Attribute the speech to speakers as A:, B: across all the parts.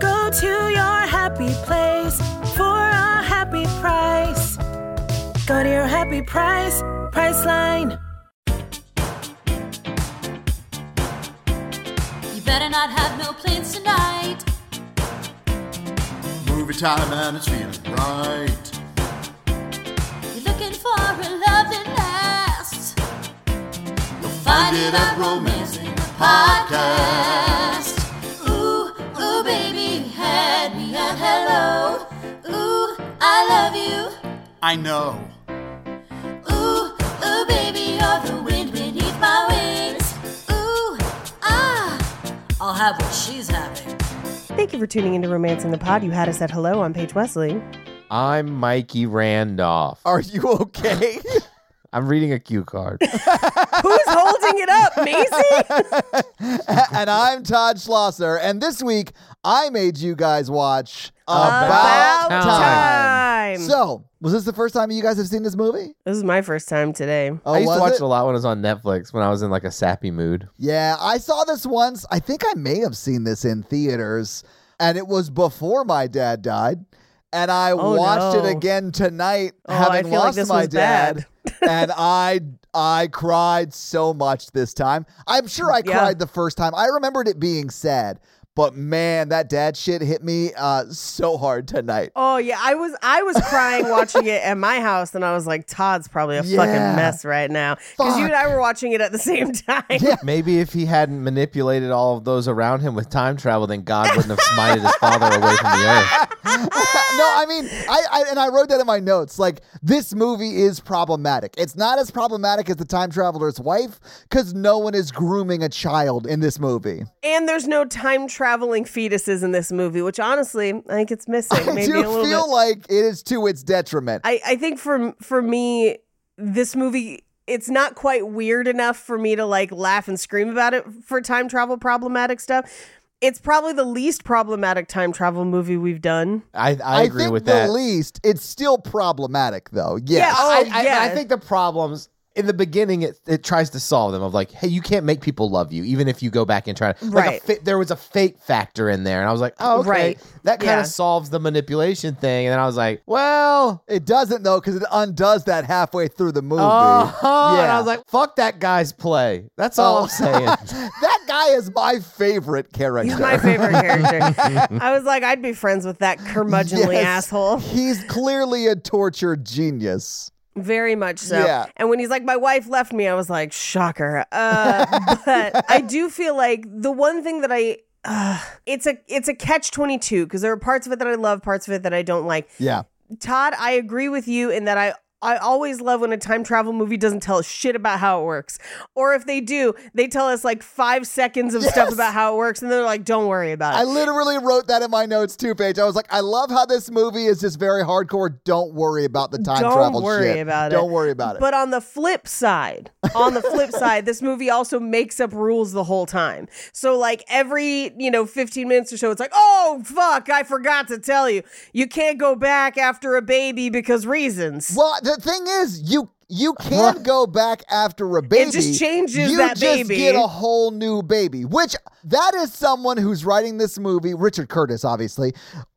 A: Go to your happy place for a happy price. Go to your happy price, Priceline.
B: You better not have no plans tonight.
C: Movie time and it's feeling right.
B: You're looking for a love that lasts.
C: You'll find it at Romance in the Podcast.
B: Ooh, ooh, baby, you had me at hello. Ooh, I love you.
C: I know.
B: Ooh, ooh, baby, you're the wind beneath my wings. Ooh, ah, I'll have what she's having.
D: Thank you for tuning into Romance in the Pod. You had us at hello. I'm Paige Wesley.
E: I'm Mikey Randolph.
F: Are you okay?
E: I'm reading a cue card.
D: Who's holding it up, Macy?
F: and I'm Todd Schlosser. And this week, I made you guys watch About,
E: About
D: Time.
F: So, was this the first time you guys have seen this movie?
D: This is my first time today.
F: Oh,
E: I used to
F: was
E: watch
F: it?
E: it a lot when it was on Netflix when I was in like a sappy mood.
F: Yeah, I saw this once. I think I may have seen this in theaters, and it was before my dad died. And I
D: Oh,
F: watched
D: no.
F: it again tonight,
D: Oh, I
F: having
D: feel like
F: lost
D: this
F: my
D: was
F: dad.
D: bad.
F: and I I cried so much this time. I'm sure I
D: Yeah.
F: cried the first time. I remembered it being sad, but man, that dad shit hit me uh, so hard tonight.
D: Oh yeah, I was I was crying watching it at my house, and I was like, Todd's probably a fucking
F: Yeah.
D: mess right now because you and I were watching it at the same time.
E: Maybe if he hadn't manipulated all of those around him with time travel, then God wouldn't have smited his father away from the earth.
F: no, I mean, I, I and I wrote that in my notes. Like, this movie is problematic. It's not as problematic as the time traveler's wife because no one is grooming a child in this movie.
D: And there's no time traveling fetuses in this movie, which honestly I think it's missing.
F: I
D: Maybe a
F: do
D: little
F: feel
D: bit.
F: like it is to its detriment.
D: I, I think for for me, this movie it's not quite weird enough for me to like laugh and scream about it for time travel problematic stuff. It's probably the least problematic time travel movie we've done.
E: I, I, agree
F: think
E: with
F: the
E: that.
F: least it's still problematic though. Yes.
D: Yeah. oh.
E: I, I,
D: yeah.
E: I think the problems in the beginning it, it tries to solve them of like, hey, you can't make people love you even if you go back and try. Like
D: Right.
E: A fa- there was a fake factor in there, and I was like, oh, okay,
D: Right.
E: that kind
D: Yeah.
E: of solves the manipulation thing. And then I was like, well,
F: It doesn't though because it undoes that halfway through the movie.
E: oh, and
F: Yeah.
E: I was like, fuck that guy's play. That's all I'm saying.
F: that guy is my favorite character.
D: He's my favorite character. I was like, I'd be friends with that curmudgeonly
F: Yes.
D: asshole.
F: He's clearly a tortured genius.
D: Very much so.
F: Yeah.
D: And when he's like, my wife left me, I was like, shocker. Uh, but I do feel like the one thing that I. Uh, it's a it's a catch twenty two because there are parts of it that I love, parts of it that I don't like.
F: Yeah.
D: Todd, I agree with you in that I I always love when a time travel movie doesn't tell us shit about how it works. Or if they do, they tell us like five seconds of stuff
F: Yes.
D: about how it works and they're like, don't worry about it.
F: I literally wrote that in my notes too, Paige. I was like, I love how this movie is just very hardcore. Don't worry about the time
D: Don't
F: travel
D: worry
F: shit.
D: about it.
F: Don't worry about it.
D: But on the flip side, on the flip side, this movie also makes up rules the whole time. So like every, you know, 15 minutes or so, it's like, oh fuck, I forgot to tell you. You can't go back after a baby because reasons.
F: well, the thing is, you you can go back after a baby.
D: just changes
F: you
D: that
F: just
D: baby.
F: Get a whole new baby, which that is someone who's writing this movie, Richard Curtis, obviously,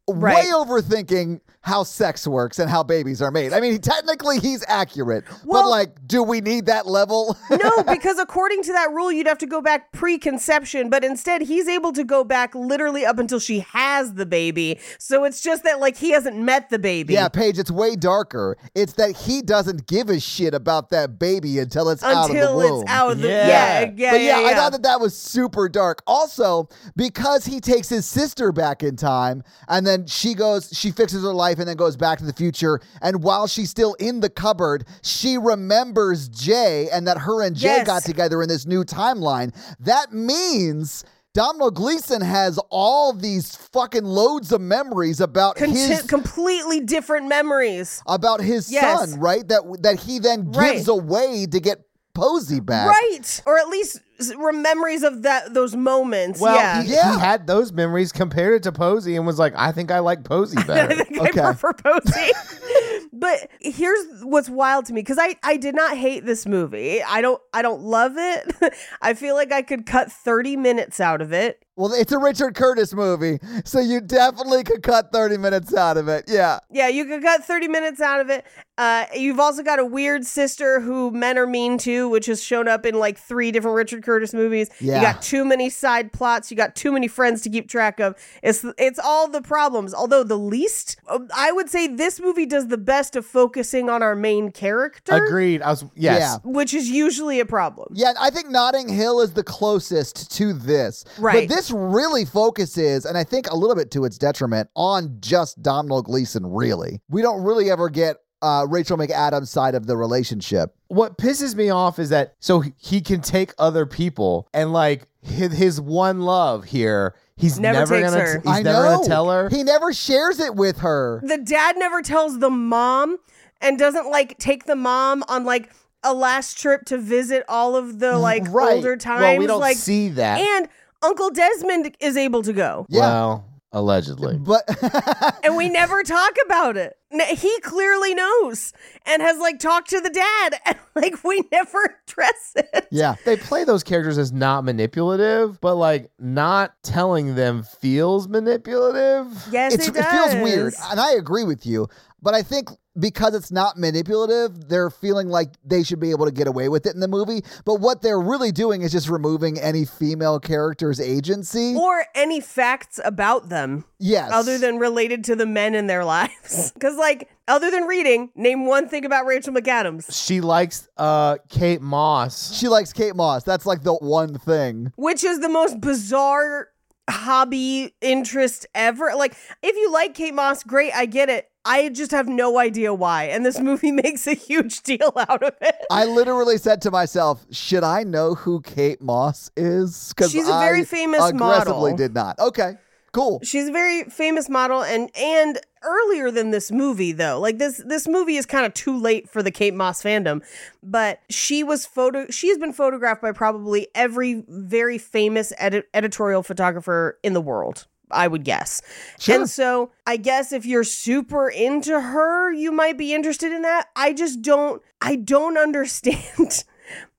D: Right.
F: way overthinking how sex works and how babies are made. I mean, technically he's accurate, but
D: Well-
F: like, do we need that level?
D: No, because according to that rule, you'd have to go back preconception, but instead he's able to go back literally up until she has the baby. So it's just that like he hasn't met the baby.
F: yeah, Paige, it's way darker. It's that he doesn't give a shit about that baby until it's out of the
D: Until
F: womb.
D: it's out of the
E: Yeah.
D: yeah, yeah, yeah.
F: but yeah,
D: yeah.
F: I thought that that was super dark. Also, because he takes his sister back in time, and then she goes, she fixes her life, and then goes back to the future. And while she's still in the cupboard, she remembers Jay, and that her and Jay
D: Yes.
F: got together in this new timeline. That means. Domino Gleason has all these fucking loads of memories about
D: Conti-
F: his
D: completely different memories.
F: about his
D: Yes.
F: son, right? That that he then
D: Right.
F: gives away to get Posey back.
D: Right. Or at least s- re- memories of that those moments.
E: Well,
D: yeah.
E: He,
F: Yeah.
E: he had those memories compared it to Posey and was like, I think I like Posey
D: I
E: better.
D: think
F: Okay.
D: I prefer Posey. but here's what's wild to me because I I did not hate this movie. I don't I don't love it. I feel like I could cut 30 minutes out of it.
F: Well, it's a Richard Curtis movie, so you definitely could cut 30 minutes out of it. Yeah.
D: Yeah, you could cut 30 minutes out of it. Uh, you've also got a weird sister who men are mean to, which has shown up in like three different Richard Curtis movies.
F: Yeah.
D: You got too many side plots. You got too many friends to keep track of. It's it's all the problems. Although the least, um, I would say this movie does the best of focusing on our main character,
E: Agreed. I was yes.
F: Yeah.
D: which is usually a problem.
F: Yeah, I think Notting Hill is the closest to this.
D: Right.
F: But this really focuses, and I think a little bit to its detriment, on just Domhnall Gleeson, really. We don't really ever get uh, Rachel McAdams' side of the relationship.
E: What pisses me off is that so he- he can take other people and like his, his one love here, he's
D: Never
E: never,
D: takes
E: gonna
D: her.
E: he's
F: I
E: never
F: know.
E: gonna tell her.
F: He never shares it with her.
D: the dad never tells the mom and doesn't like take the mom on like a last trip to visit all of the like
E: Right.
D: older times
E: Well, we don't
D: like
E: see that.
D: and uncle desmond is able to go
F: Yeah.
E: Well, allegedly.
F: But
D: and we never talk about it N- he clearly knows and has like talked to the dad and like we never address it
F: yeah.
E: they play those characters as not manipulative, but like not telling them feels manipulative.
D: yes
F: It's,
D: it,
F: it
D: does.
F: feels weird, and I agree with you. But I think because it's not manipulative, they're feeling like they should be able to get away with it in the movie. But what they're really doing is just removing any female character's agency.
D: or any facts about them
F: yes,
D: other than related to the men in their lives because like other than reading name one thing about rachel mcadams
E: She likes uh Kate Moss.
F: she likes Kate Moss. That's like the one thing.
D: which is the most bizarre hobby interest ever. Like, if you like Kate Moss, great, I get it. I just have no idea why. And this movie makes a huge deal out of it.
F: I literally said to myself, "Should I know who Kate Moss is?" Because
D: She's a very famous
F: aggressively
D: model.
F: did not. Okay, cool.
D: She's a very famous model and and earlier than this movie though. Like this this movie is kind of too late for the Kate Moss fandom, but she was photo she has been photographed by probably every very famous edit- editorial photographer in the world. I would guess. And so I guess if you're super into her, you might be interested in that. I just don't I don't understand.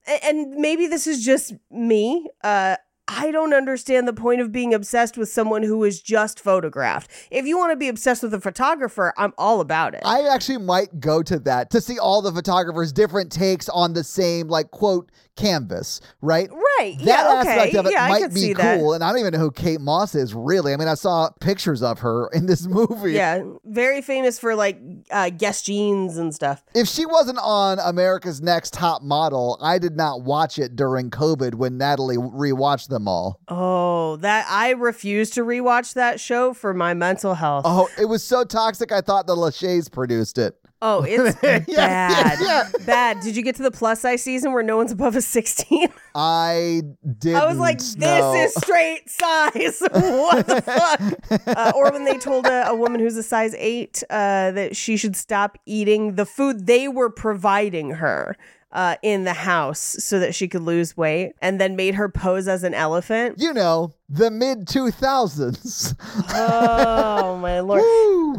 D: A- and maybe this is just me. Uh I don't understand the point of being obsessed with someone who is just photographed. If you want to be obsessed with a photographer, I'm all about it.
F: I actually might go to that to see all the photographers' different takes on the same, like, quote, canvas, right?
D: right.
F: That
D: yeah, okay.
F: aspect of it
D: yeah, I
F: might
D: could
F: be
D: see
F: cool.
D: that.
F: And I don't even know who Kate Moss is, really. I mean, I saw pictures of her in this movie.
D: Yeah, very famous for like uh, guest jeans and stuff.
F: If she wasn't on America's Next Top Model, I did not watch it during COVID when Natalie rewatched them all.
D: Oh, that I refuse to rewatch that show for my mental health. Oh,
F: Oh, it was so toxic. I thought the Lachey's produced it.
D: Oh, it's bad,
E: yeah.
D: bad. Did you get to the plus size season where no one's above a sixteen?
F: I didn't.
D: I was like, this
F: no.
D: is straight size. what the fuck? Uh, or when they told a, a woman who's a size eight uh, that she should stop eating the food they were providing her. Uh, in the house so that she could lose weight and then made her pose as an elephant.
F: You know, the mid 2000s.
D: oh my lord.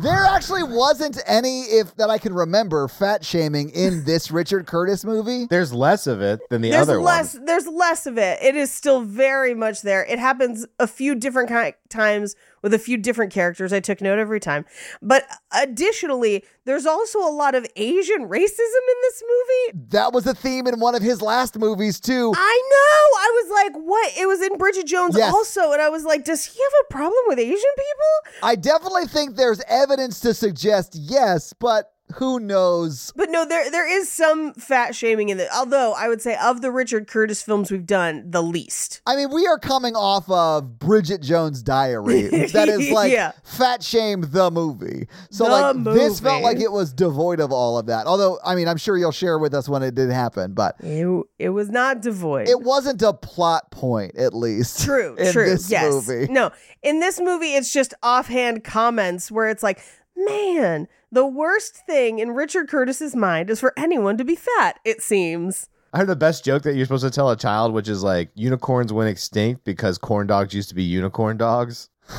F: There actually wasn't any, if that I can remember, fat shaming in this Richard Curtis movie.
E: There's less of it than the
D: There's
E: other
D: less
E: one.
D: there's less of it. It is still very much there. It happens a few different ki- times with a few different characters. I took note every time. But additionally, there's also a lot of Asian racism in this movie.
F: That was a theme in one of his last movies too.
D: I know. I was like, what? It was in Bridget Jones
F: Yes.
D: also. And I was like, does he have a problem with Asian people?
F: I definitely think there's evidence to suggest yes, but who knows?
D: But no, there there is some fat shaming in it. Although I would say of the Richard Curtis films we've done, the least.
F: I mean, we are coming off of Bridget Jones' Diary. That is like
D: Yeah.
F: fat shame the movie. So
D: The
F: like this felt
D: movie.
F: like it was devoid of all of that. Although, I mean, I'm sure you'll share with us when it did happen, but
D: It, it was not devoid.
F: it wasn't a plot point at least.
D: True,
F: in
D: true.
F: this
D: yes.
F: movie.
D: No. In this movie, it's just offhand comments where it's like, man, the worst thing in Richard Curtis's mind is for anyone to be fat, it seems.
E: I heard the best joke that you're supposed to tell a child, which is like unicorns went extinct because corn dogs used to be unicorn dogs.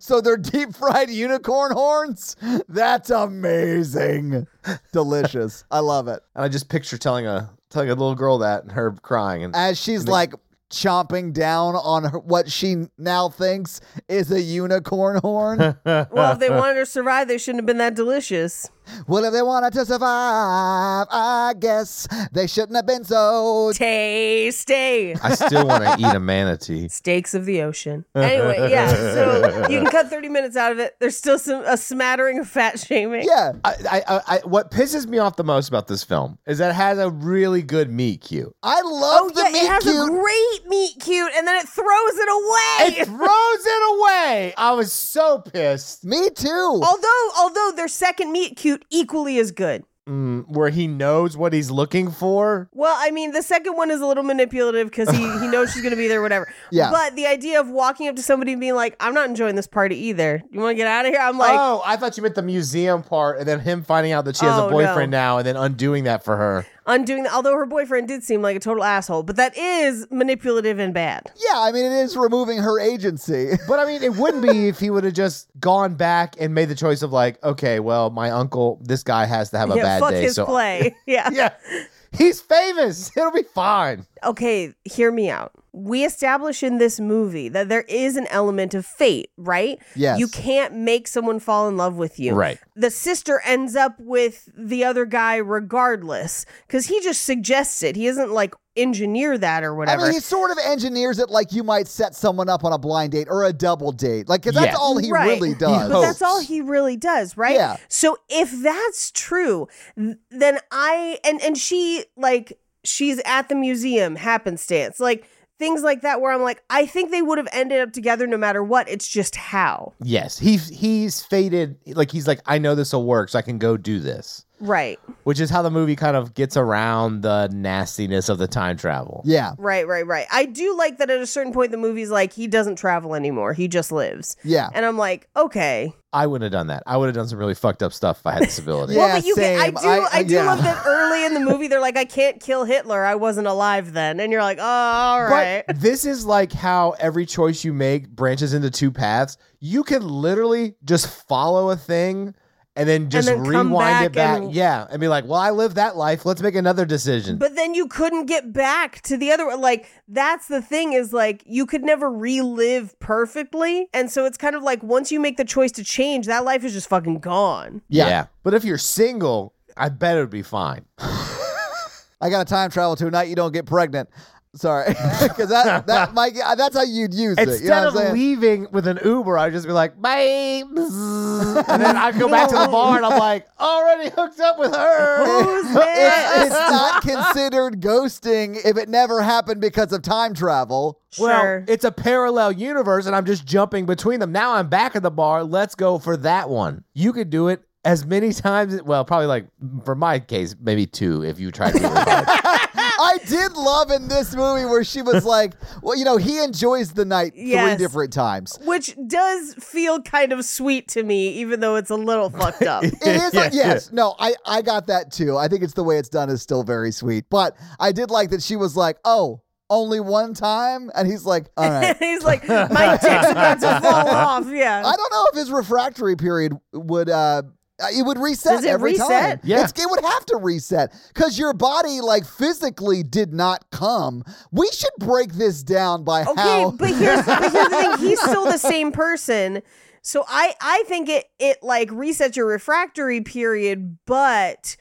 F: so they're deep fried unicorn horns? That's amazing. Delicious. I love it.
E: And I just picture telling a telling a little girl that and her crying and
F: As she's like chomping down on her, what she now thinks is a unicorn horn.
D: Well, if they wanted her to survive, they shouldn't have been that delicious.
F: well, if they wanted to survive, I guess they shouldn't have been so.
D: Tasty.
E: I still want to eat a manatee.
D: Stakes of the ocean. Anyway, yeah. So you can cut 30 minutes out of it. There's still some a smattering of fat shaming.
F: Yeah.
E: I, I, I, I, what pisses me off the most about this film is that it has a really good meet cute.
F: I love
D: Oh,
F: the
D: yeah,
F: meat
D: it has
F: cute.
D: a great meat cute, and then it throws it away.
E: It throws it away. I was so pissed.
F: Me too.
D: Although, although their second meet cute equally as good.
E: Mm, where he knows what he's looking for.
D: Well, I mean, the second one is a little manipulative because he, he knows she's going to be there, whatever.
F: Yeah.
D: But the idea of walking up to somebody and being like, "I'm not enjoying this party either. You want to get out of here?" I'm like,
E: oh, I thought you meant the museum part, and then him finding out that she has
D: Oh,
E: a
D: no.
E: boyfriend now, and then undoing that for her.
D: undoing. The, although her boyfriend did seem like a total asshole, but that is manipulative and bad.
F: yeah, I mean, it is removing her agency.
E: But I mean, it wouldn't be if he would have just gone back and made the choice of like, okay, well, my uncle, this guy has to have a
D: yeah,
E: bad
D: fuck
E: day,
D: his
E: so
D: play. yeah.
E: yeah, he's famous. It'll be fine.
D: okay, hear me out. We establish in this movie that there is an element of fate, right?
F: Yes.
D: You can't make someone fall in love with you.
E: Right.
D: The sister ends up with the other guy regardless because he just suggests it. He doesn't like engineer that or
F: I
D: whatever.
F: mean, he sort of engineers it like you might set someone up on a blind date or a double date. Like, 'cause that's
E: Yeah.
F: all he
D: Right.
F: really does.
D: But that's all he really does, right?
F: Yeah.
D: So if that's true, th- then I and and she like she's at the museum happenstance, like things like that, where I'm like, I think they would have ended up together no matter what. It's just how,
E: Yes, he's he's fated. Like he's like, I know this will work, so I can go do this.
D: right?
E: Which is how the movie kind of gets around the nastiness of the time travel.
F: Yeah.
D: Right, right, right. I do like that at a certain point the movie's like he doesn't travel anymore. He just lives.
F: Yeah.
D: And I'm like, okay.
E: I wouldn't have done that. I would have done some really fucked up stuff if I had this ability.
F: Yeah.
D: well, but you
F: same.
D: can I do
F: I-
D: I,
F: I-
D: do
F: yeah.
D: love that early in the movie they're like, I can't kill Hitler. I wasn't alive then. And you're like, oh, all right.
E: But this is like how every choice you make branches into two paths. You can literally just follow a thing and then just
D: then come
E: rewind it
D: back
E: back.
D: and-
E: yeah. And be like, well, I lived that life. Let's make another decision.
D: But then you couldn't get back to the other one. Like, that's the thing is like, you could never relive perfectly. And so it's kind of like once you make the choice to change, that life is just fucking gone.
F: Yeah.
E: But if you're single, I bet it would be fine.
F: I got to time travel to a night you don't get pregnant. Sorry, because that that might uh, that's how you'd use it. You know
E: Instead
F: what I'm
E: of
F: saying?
E: leaving with an Uber, I'd just be like, babe. and then I'd go back to the bar and I'm like, already hooked up with her.
D: Who's there?
F: it's, it's not considered ghosting if it never happened because of time travel.
D: Sure.
E: Well, it's a parallel universe, and I'm just jumping between them. Now I'm back at the bar. Let's go for that one. You could do it as many times. Well, probably like for my case, maybe two if you tried to. do it.
F: I did love in this movie where she was like, well, you know, he enjoys the night
D: Yes.
F: three different times.
D: Which does feel kind of sweet to me, even though it's a little fucked up.
F: It is like, yes, no, I I got that too. I think it's the way it's done is still very sweet, but I did like that she was like, oh, only one time, and he's like, all right.
D: He's like, my dick's about to fall off. Yeah.
F: I don't know if his refractory period would. Uh, uh, it would reset
D: Does it
F: every time.
D: reset?
E: Yeah.
F: It's- it would have to reset because your body, like physically, did not come. We should break this down by
D: Okay,
F: how.
D: but here's, but here's the thing: he's still the same person. So I I think it it like resets your refractory period, but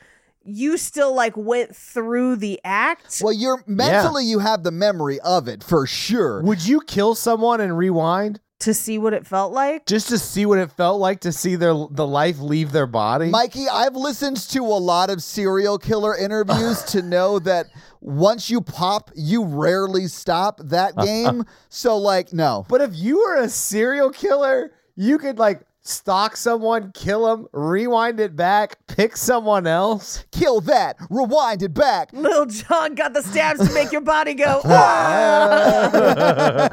D: you still like went through the act.
F: well, you're mentally you have the memory of it for sure.
E: Would you kill someone and rewind
D: to see what it felt like.
E: just to see what it felt like to see their the life leave their body?
F: Mikey, I've listened to a lot of serial killer interviews to know that once you pop, you rarely stop that game. so, like, no.
E: But if you were a serial killer, you could like stalk someone, kill them, rewind it back, pick someone else.
F: Kill that, rewind it back.
D: Little John got the stabs to make your body go. "Ah!"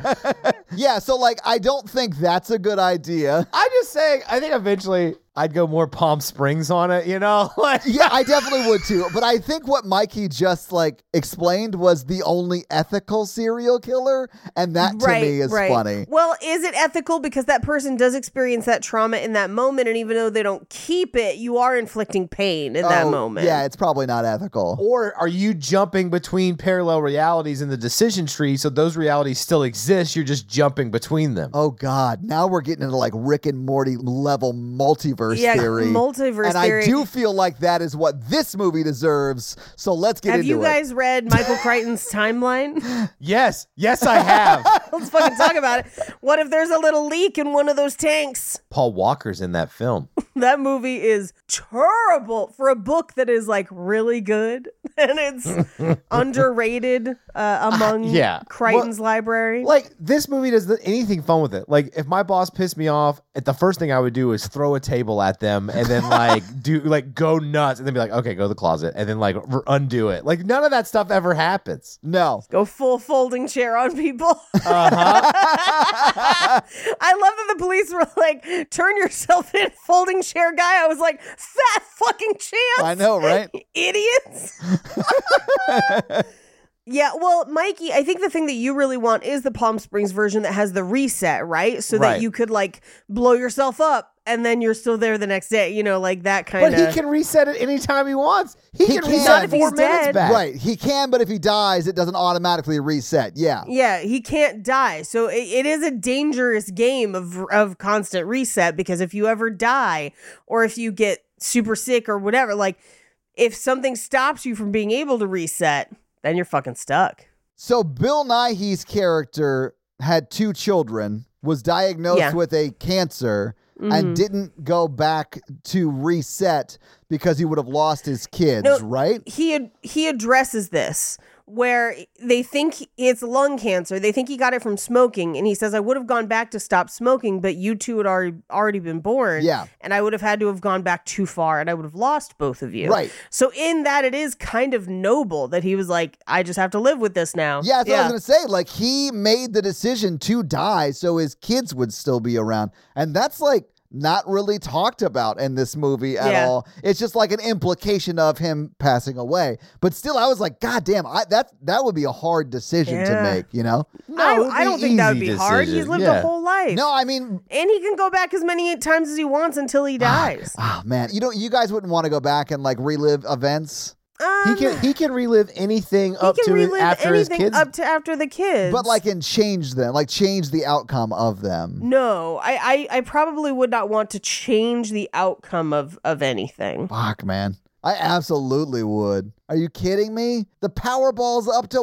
F: Yeah, so, like, I don't think that's a good idea.
E: I'm just saying, I think eventually I'd go more Palm Springs on it, you know? Like
F: Yeah, I definitely would too. But I think what Mikey just like explained was the only ethical serial killer, and that to me is funny.
D: Well, is it ethical because that person does experience that trauma in that moment, and even though they don't keep it, you are inflicting pain in that
F: Oh,
D: moment.
F: Yeah, it's probably not ethical.
E: or are you jumping between parallel realities in the decision tree so those realities still exist, you're just jumping between them?
F: Oh God! Now we're getting into like Rick and Morty level multiverse
D: Yeah,
F: theory.
D: multiverse
F: and
D: theory.
F: I do feel like that is what this movie deserves. So let's get
D: Have
F: into
D: you
F: it.
D: guys read Michael Crichton's timeline?
E: Yes, yes I have.
D: Let's fucking talk about it. What if there's a little leak in one of those tanks?
E: Paul Walker's in that film.
D: That movie is terrible for a book that is like really good and it's underrated uh, among
E: yeah.
D: Crichton's library.
E: Like this movie does th- anything fun with it. Like if my boss pissed me off, eh, the first thing I would do is throw a table at them and then like do like go nuts and then be like, okay, go to the closet and then like r- undo it. Like none of that stuff ever happens.
F: No,
D: Go full folding chair on people. I love that the police were like, turn yourself in, folding chair guy. I was like, fat fucking chance.
F: I know, right?
D: idiots. yeah, well, Mikey, I think the thing that you really want is the Palm Springs version that has the reset, right? So
E: Right.
D: that you could like blow yourself up and then you're still there the next day, you know, like that kind
E: But
D: of.
E: he can reset it anytime he wants. He,
F: He
E: can,
F: can. Not
E: reset
F: if
E: four
D: he's
E: minutes
D: dead.
E: back.
F: right? He can, but if he dies, it doesn't automatically reset. Yeah.
D: yeah, he can't die. So it, it is a dangerous game of of constant reset because if you ever die or if you get super sick or whatever, like if something stops you from being able to reset, then you're fucking stuck.
F: So Bill Nighy's character had two children, was diagnosed
D: Yeah. Mm-hmm.
F: with a cancer, and didn't go back to reset because he would have lost his kids,
D: No.
F: right?
D: he ad- he addresses this where they think it's lung cancer. They think he got it from smoking, and he says, "I would have gone back to stop smoking, but you two had already already been born,
F: Yeah.
D: and I would have had to have gone back too far, and I would have lost both of you,
F: Right.
D: So in that, it is kind of noble that he was like, "I just have to live with this now."
F: Yeah, that's what I was gonna say. Like he made the decision to die so his kids would still be around. And that's like not really talked about in this movie at
D: Yeah.
F: all. It's just like an implication of him passing away. But still I was like, God damn, I that that would be a hard decision to
D: Yeah.
F: make, you know?
E: it would
D: I, I
E: be
D: don't think that would be
E: easy
D: hard. He's
E: decision.
D: lived
E: Yeah.
D: a whole life,
F: No, I mean
D: and he can go back as many times as he wants until he dies.
F: Oh man, you know, you guys wouldn't want to go back and like relive events,
E: He
D: Um,
E: can he can relive anything up
D: he can
E: to his,
D: relive
E: after his
D: anything
E: kids.
D: up to after the kids,
F: but like and change them, like change the outcome of them.
D: No, I, I, I probably would not want to change the outcome of, of anything.
F: Fuck, man. I absolutely would. Are you kidding me? The Powerball's up to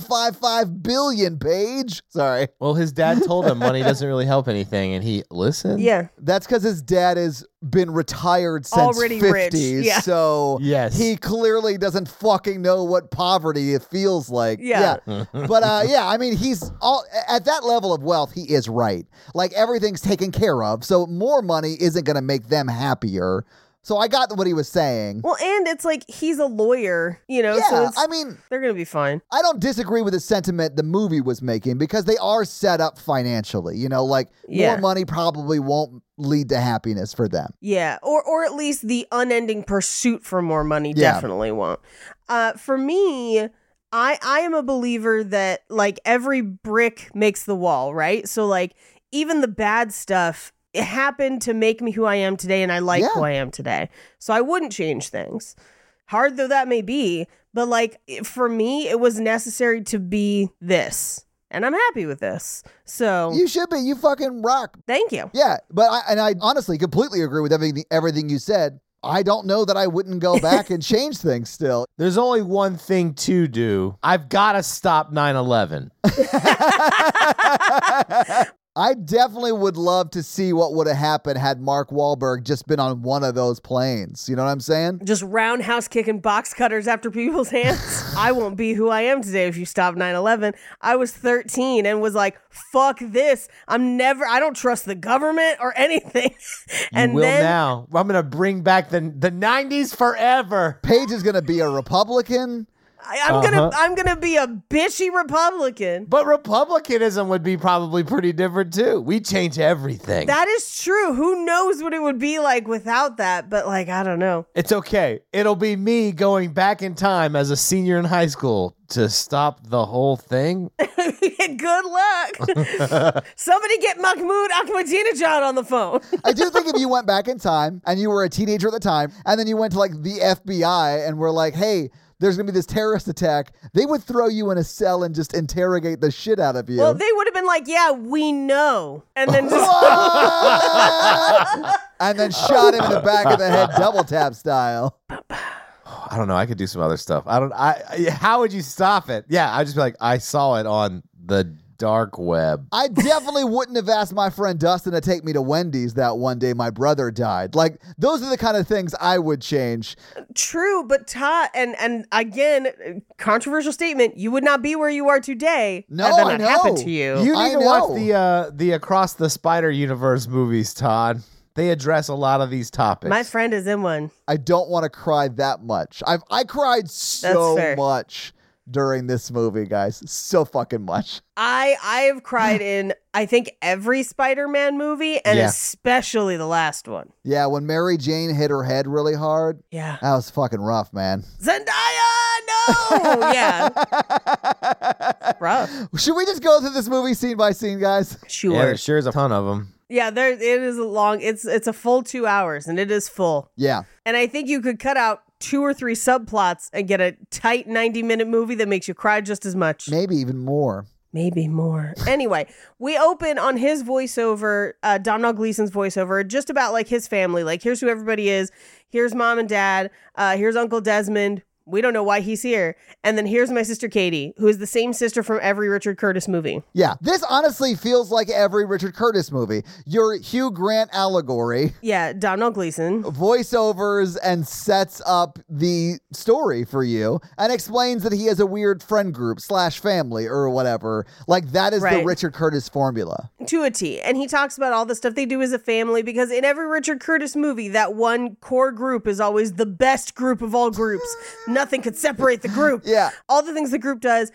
F: 1.55 billion, Paige. Sorry.
E: well, his dad told him money doesn't really help anything, and he listened.
D: Yeah.
F: That's because his dad has been retired since
D: Already
F: 50s,
D: rich, yeah.
F: so
E: Yes.
F: he clearly doesn't fucking know what poverty it feels like.
D: Yeah.
F: but uh, yeah, I mean, he's all at that level of wealth. He is right. Like everything's taken care of, so more money isn't going to make them happier. So I got what he was saying.
D: Well, and it's like he's a lawyer, you know, so
F: yeah,
D: it's,
F: I mean.
D: they're going to be fine.
F: I don't disagree with the sentiment the movie was making because they are set up financially. You know, like
D: Yeah.
F: more money probably won't lead to happiness for them.
D: Yeah, or or at least the unending pursuit for more money
F: Yeah.
D: definitely won't. Uh, for me, I I am a believer that like every brick makes the wall, right? So like even the bad stuff happened to make me who I am today and I like
F: Yeah.
D: who I am today. So I wouldn't change things. Hard though that may be, but like it- for me it was necessary to be this. And I'm happy with this. So
F: You should be. You fucking rock.
D: thank you.
F: Yeah, but I, and I honestly completely agree with everything everything you said. I don't know that I wouldn't go back and change things still.
E: There's only one thing to do. I've got to stop 9 11.
F: I definitely would love to see what would have happened had Mark Wahlberg just been on one of those planes. You know what I'm saying?
D: Just roundhouse kicking box cutters after people's hands. I won't be who I am today if you stop 9 11. I was 13 and was like, fuck this. I'm never, I don't trust the government or anything.
E: You will now. I'm going to bring back the, the 90s forever.
F: Paige is going to be a Republican.
D: I, I'm gonna
E: Uh-huh.
D: I'm gonna be a bitchy Republican.
E: But Republicanism would be probably pretty different too. We change everything.
D: That is true. Who knows what it would be like without that? But like, I don't know.
E: it's okay. It'll be me going back in time as a senior in high school to stop the whole thing. Oh,
D: Good luck. Somebody get Mahmoud Ahmadinejad on the phone.
F: I do think if you went back in time and you were a teenager at the time, and then you went to like the FBI and were like, hey, there's going to be this terrorist attack, they would throw you in a cell and just interrogate the shit out of you.
D: Well, they would have been like, "Yeah, we know," and then just
F: and then shot him in the back of the head, double tap style.
E: I don't know. I could do some other stuff. I don't. I. I- How would you stop it? Yeah, I'd just be like, I saw it on the dark web.
F: I definitely wouldn't have asked my friend Dustin to take me to Wendy's that one day my brother died. Like, those are the kind of things I would change.
D: true. But Todd, and and again, controversial statement. You would not be where you are today
F: No,
D: had that
F: I
D: not happened
F: know.
D: to you.
E: You need
F: I
E: to
F: know.
E: watch the uh, the Across the Spider Universe movies, Todd. They address a lot of these topics.
D: My friend is in one.
F: I don't want to cry that much. I've I cried so
D: fair.
F: much during this movie, guys. So fucking much.
D: I I have cried in I think every Spider-Man movie and
E: Yeah.
D: especially the last one.
F: Yeah, when Mary Jane hit her head really hard,
D: Yeah.
F: that was fucking rough, man.
D: Zendaya, no. yeah. Rough.
F: Should we just go through this movie scene by scene, guys?
D: Sure.
E: yeah,
D: Yeah,
E: there sure is a ton of them.
D: there it is a long. It's it's a full 2 hours and it is full.
F: Yeah.
D: And I think you could cut out two or three subplots and get a tight 90-minute movie that makes you cry just as much.
F: Maybe even more.
D: Maybe more. Anyway, we open on his voiceover, uh, Domhnall Gleeson's voiceover, just about like his family. Like, here's who everybody is. Here's mom and dad. Uh, here's Uncle Desmond. We don't know why he's here. And then here's my sister Katie, who is the same sister from every Richard Curtis movie.
F: Yeah. This honestly feels like every Richard Curtis movie. Your Hugh Grant allegory,
D: Yeah, Domhnall Gleeson.
F: voiceovers, and sets up the story for you and explains that he has a weird friend group slash family or whatever. Like that is the
D: Right.
F: Richard Curtis formula.
D: to a T. And he talks about all the stuff they do as a family because in every Richard Curtis movie, that one core group is always the best group of all groups. Nothing could separate the group.
F: Yeah.
D: All the things the group does,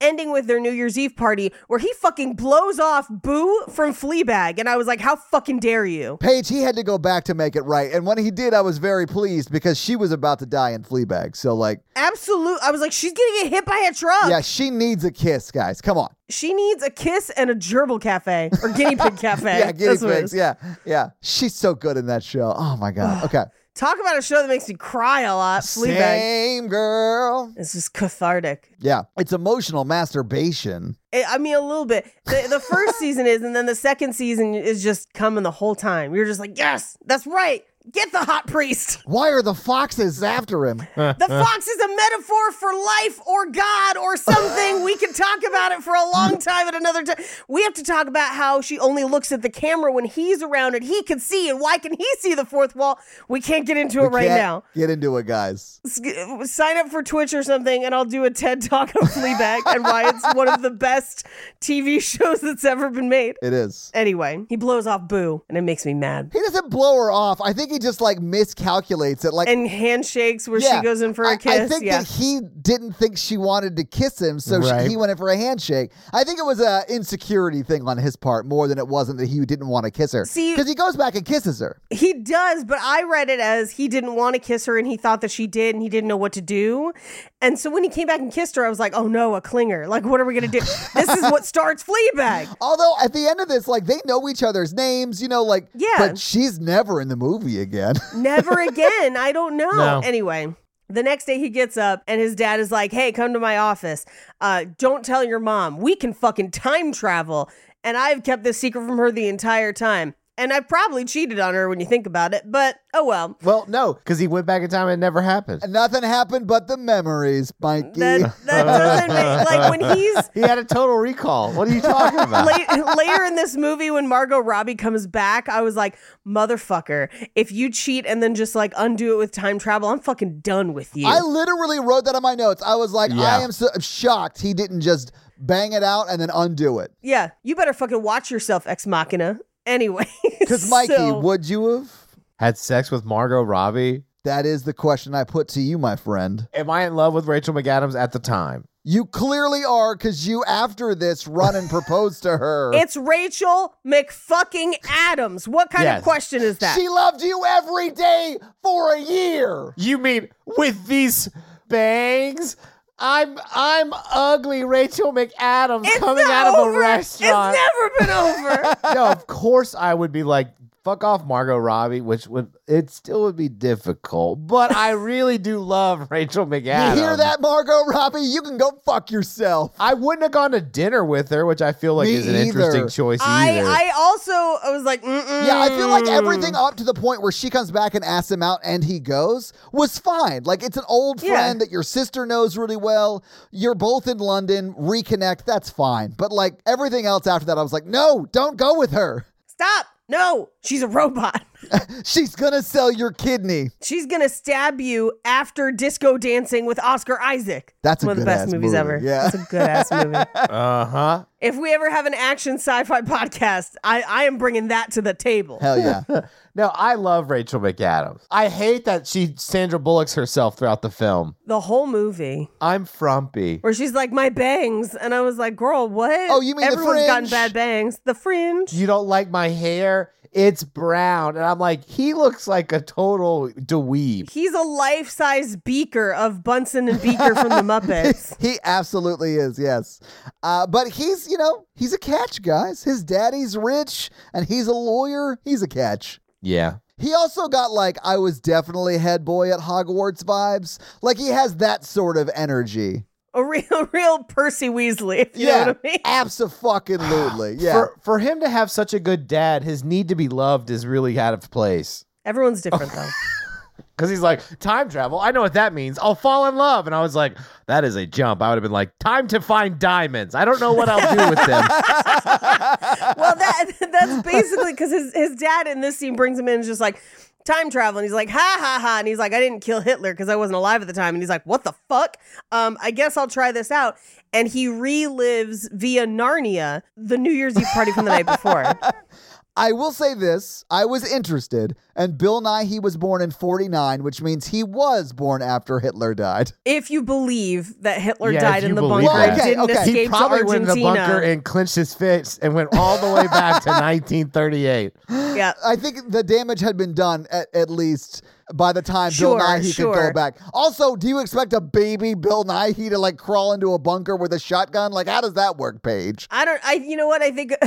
D: ending with their New Year's Eve party where he fucking blows off Boo from Fleabag. And I was like, how fucking dare you?
F: Paige, he had to go back to make it right. And when he did, I was very pleased because she was about to die in Fleabag. So, like,
D: Absolute. I was like, she's gonna get hit by a truck.
F: yeah, she needs a kiss, guys. Come on.
D: She needs a kiss and a gerbil cafe or guinea pig cafe.
F: Yeah, guinea
D: That's what it
F: pigs.
D: is.
F: Yeah, yeah. She's so good in that show. Oh, my God. Okay.
D: Talk about a show that makes me cry a lot. Fleabag.
F: Same girl.
D: This is cathartic.
F: Yeah, it's emotional masturbation.
D: I I mean, a little bit. The, the first season is, and then the second season is just coming the whole time. You're just like, yes, that's right. Get the hot priest.
F: Why are the foxes after him?
D: The
F: Uh.
D: fox is a metaphor for life or God or something. We can talk about it for a long time at another time. We have to talk about how she only looks at the camera when he's around and he can see, and why can he see the fourth wall? We can't get into it right
F: Can't
D: now.
F: Get into it, guys.
D: S- Sign up for Twitch or something, and I'll do a TED talk on Fleabag and why it's one of the best TV shows that's ever been made.
F: It is.
D: Anyway, he blows off Boo, and it makes me mad.
F: He doesn't blow her off. I think he just like miscalculates it. Like
D: and handshakes where she goes in for
F: I-
D: a kiss.
F: I think
D: yeah.
F: that he didn't think she wanted to kiss him, so she-
E: Right.
F: he went in for a handshake. I think it was a insecurity thing on his part more than it wasn't that he didn't want to kiss her.
D: See-
F: because he goes back and kisses her.
D: He does, but I read it as he didn't want to kiss her and he thought that she did and he didn't know what to do. And so when he came back and kissed her, I was like, oh no, a clinger. Like, what are we going to do? this is what starts Fleabag.
F: Although at the end of this, like they know each other's names, you know, like
D: Yeah.
F: But she's never in the movie again.
D: Never again. I don't know.
E: No.
D: Anyway. The next day he gets up and his dad is like, "Hey, come to my office. Uh, don't tell your mom. We can fucking time travel." And I've kept this secret from her the entire time. And I probably cheated on her when you think about it, but oh well.
E: Well, no, because he went back in time and it never happened.
F: and nothing happened but the memories, Mikey.
D: That that doesn't make like when he's
E: He had a total recall. What are you talking about?
D: La- later in this movie, when Margot Robbie comes back, I was like, motherfucker, if you cheat and then just like undo it with time travel, I'm fucking done with you.
F: I literally wrote that on my notes. I was like,
E: Yeah.
F: I am so shocked he didn't just bang it out and then undo it.
D: yeah, you better fucking watch yourself, Ex Machina. Anyway,
F: Because Mikey,
D: so-
F: would you have?
E: Had sex with Margot Robbie?
F: That is the question I put to you, my friend.
E: Am I in love with Rachel McAdams at the time?
F: You clearly are because you, after this, run and propose to her.
D: It's Rachel McFucking Adams. What kind of
E: Yes.
D: question is that?
F: she loved you every day for a year.
E: You mean with these bangs? I'm I'm ugly Rachel McAdams
D: it's
E: coming
D: not
E: out of
D: over.
E: a restaurant.
D: It's never been over.
E: no, of course I would be like, fuck off Margot Robbie, which would it still would be difficult. But I really do love Rachel McAdams.
F: You hear that, Margot Robbie? You can go fuck yourself.
E: I wouldn't have gone to dinner with her, which I feel like
F: Me
E: is an
F: either.
E: interesting choice either.
D: I, I also I was like, Mm-mm.
F: Yeah, I feel like everything up to the point where she comes back and asks him out and he goes was fine. Like it's an old
D: Yeah.
F: friend that your sister knows really well. You're both in London, reconnect, that's fine. But like everything else after that, I was like, no, don't go with her.
D: Stop. No, she's a robot.
F: She's gonna sell your kidney.
D: She's gonna stab you after disco dancing with Oscar Isaac.
F: That's a
D: one of the
F: good-ass
D: best movies
F: movie,
D: ever.
F: yeah.
D: That's a good ass movie.
E: uh-huh.
D: if we ever have an action sci-fi podcast, I, I am bringing that to the table.
F: Hell yeah.
E: No, I love Rachel McAdams. I hate that she Sandra Bullocks herself throughout the film.
D: The whole movie
E: I'm frumpy.
D: where she's like, "My bangs," and I was like, "Girl, what?"
F: Oh, you mean The
D: everyone's gotten
F: Fringe?
D: bad bangs? The fringe.
E: You don't like my hair? It's brown. And I'm like, he looks like a total dweeb.
D: He's a life-size beaker of Bunsen and Beaker from the Muppets.
F: He absolutely is, yes. Uh, but he's, you know, he's a catch, guys. His daddy's rich and he's a lawyer. He's a catch.
E: Yeah.
F: He also got like, I was definitely head boy at Hogwarts vibes. Like, he has that sort of energy.
D: A real, real Percy Weasley. If you know what I mean.
F: Abso-fucking-lutely. Yeah.
E: For for him to have such a good dad, his need to be loved is really out of place.
D: Everyone's different though.
E: Cause he's like, time travel, I know what that means. I'll fall in love. And I was like, that is a jump. I would have been like, time to find diamonds. I don't know what I'll do with them.
D: well, that that's basically because his his dad in this scene brings him in and is just like time travel, and he's like ha ha ha, and he's like I didn't kill Hitler because I wasn't alive at the time, and he's like what the fuck? Um, I guess I'll try this out, and he relives via Narnia the New Year's Eve party from the night before.
F: I will say this I was interested, and Bill Nye, he was born in 49, which means he was born after Hitler died.
D: If you believe that Hitler
E: Yeah, if
D: died in
E: you
D: the
E: believe
D: bunker
F: that.
D: and didn't
F: Okay, okay.
E: he
D: escape to
E: probably went in the bunker
D: Argentina,
E: and clenched his fist and went all the way back to 1938.
D: yeah.
F: I think the damage had been done at, at least by the time
D: Sure,
F: Bill Nighy could
D: sure.
F: go back. Also, do you expect a baby Bill Nighy to like crawl into a bunker with a shotgun? Like, how does that work, Paige?
D: I don't. I. You know what? I think.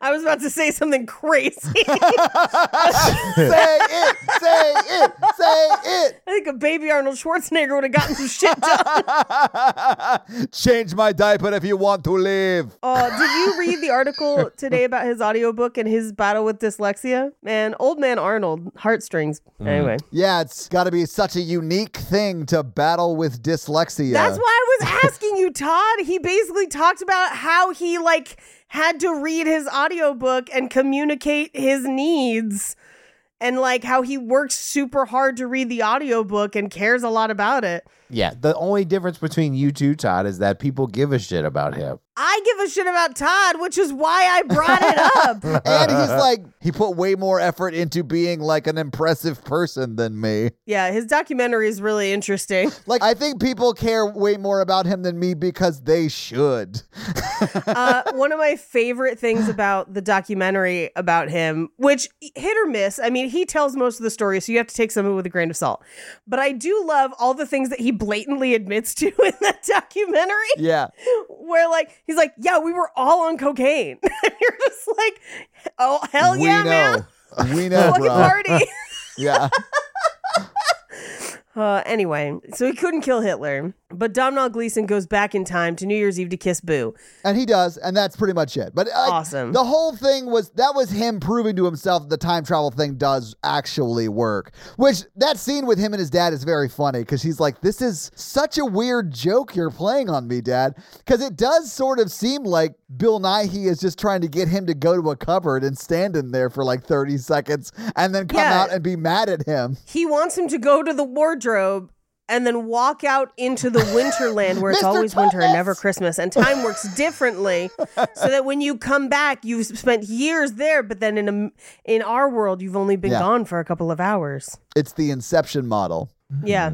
D: I was about to say something crazy.
F: say it, say it, say it.
D: I think a baby Arnold Schwarzenegger would have gotten some shit done.
F: Change my diaper if you want to live.
D: Oh, did you read the article today about his audiobook and his battle with dyslexia? Man, old man Arnold, heartstrings. Anyway,
F: Yeah, it's got to be such a unique thing to battle with dyslexia.
D: that's why I was asking you, Todd. He basically talked about how he like had to read his audiobook and communicate his needs and like how he works super hard to read the audiobook and cares a lot about it.
E: Yeah. The only difference between you two, Todd, is that people give a shit about him.
D: I I give a shit about Todd, which is why I brought it up.
F: and he's like, he put way more effort into being like an impressive person than me.
D: yeah, his documentary is really interesting.
F: Like, I think people care way more about him than me because they should.
D: uh, one of my favorite things about the documentary about him, which hit or miss, I mean, he tells most of the story, so you have to take some of it with a grain of salt. But I do love all the things that he blatantly admits to in that documentary,
F: Yeah.
D: where like he's like, "Yeah, we were all on cocaine." You're just like, "Oh hell yeah, man,
F: know. We know,
D: fucking
F: bro.
D: party!"
F: Yeah.
D: Uh, anyway, so he couldn't kill Hitler, but Domhnall Gleeson goes back in time to New Year's Eve to kiss Boo.
F: And he does, and that's pretty much it. But like,
D: Awesome.
F: The whole thing was that was him proving to himself that the time travel thing does actually work. Which that scene with him and his dad is very funny because he's like, "This is such a weird joke you're playing on me, Dad," because it does sort of seem like Bill Nighy is just trying to get him to go to a cupboard and stand in there for like 30 seconds and then come
D: Yeah.
F: out and be mad at him.
D: he wants him to go to the wardrobe and then walk out into the winterland where it's
F: Mr.
D: always winter and
F: Thomas!
D: never Christmas. And time works differently, so that when you come back, you've spent years there. But then in a, in our world, you've only been
F: Yeah.
D: gone for a couple of hours.
F: It's the Inception model.
D: Yeah.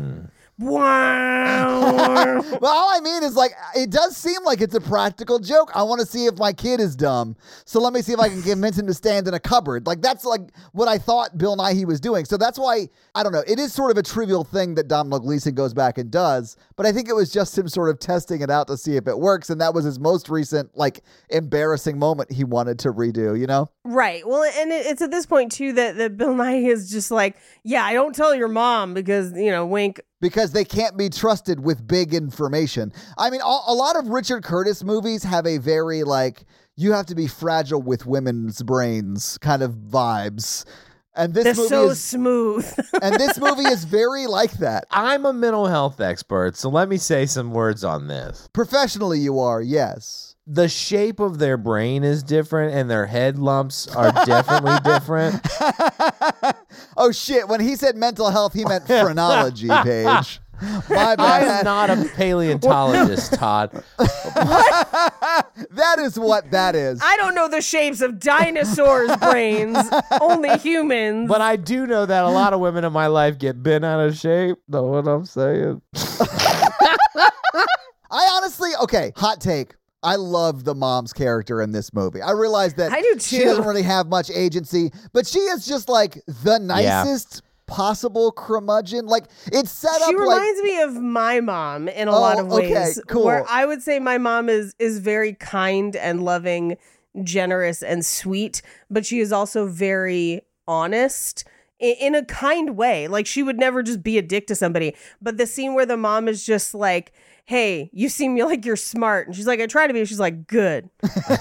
D: Wow.
F: Well, all I mean is like it does seem like it's a practical joke. I want to see if my kid is dumb, so let me see if I can convince him to stand in a cupboard. Like that's like what I thought Bill Nighy was doing. So that's why I don't know. It is sort of a trivial thing that Donald Gleason goes back and does, but I think it was just him sort of testing it out to see if it works, and that was his most recent like embarrassing moment he wanted to redo. You know?
D: Right. Well, and it, it's at this point too that, that Bill Nye is just like, yeah, I don't tell your mom because you know, wink.
F: because they can't be trusted with big information. I mean, a, a lot of Richard Curtis movies have a very like you have to be fragile with women's brains kind of vibes, and this
D: They're
F: movie
D: so
F: is
D: smooth.
F: and this movie is very like that.
E: I'm a mental health expert, so let me say some words on this.
F: Professionally, you are yes.
E: The shape of their brain is different, and their head lumps are definitely different.
F: oh shit! When he said mental health, he meant phrenology, Paige. My
E: I'm
F: bad.
E: not a paleontologist, Todd.
F: that is what that is.
D: I don't know the shapes of dinosaurs' brains, only humans.
E: But I do know that a lot of women in my life get bent out of shape. Know what I'm saying?
F: I honestly, okay, hot take. I love the mom's character in this movie. I realize that
D: I do
F: she
D: too.
F: doesn't really have much agency, but she is just like the
E: Yeah.
F: nicest possible curmudgeon. Like it's set
D: she
F: up like
D: reminds me of my mom in a
F: Oh,
D: lot of ways.
F: okay, cool.
D: Where I would say my mom is is very kind and loving, generous and sweet, but she is also very honest in, in a kind way. Like she would never just be a dick to somebody. But the scene where the mom is just like. Hey, you seem like you're smart, and she's like, "I try to be." She's like, "Good,"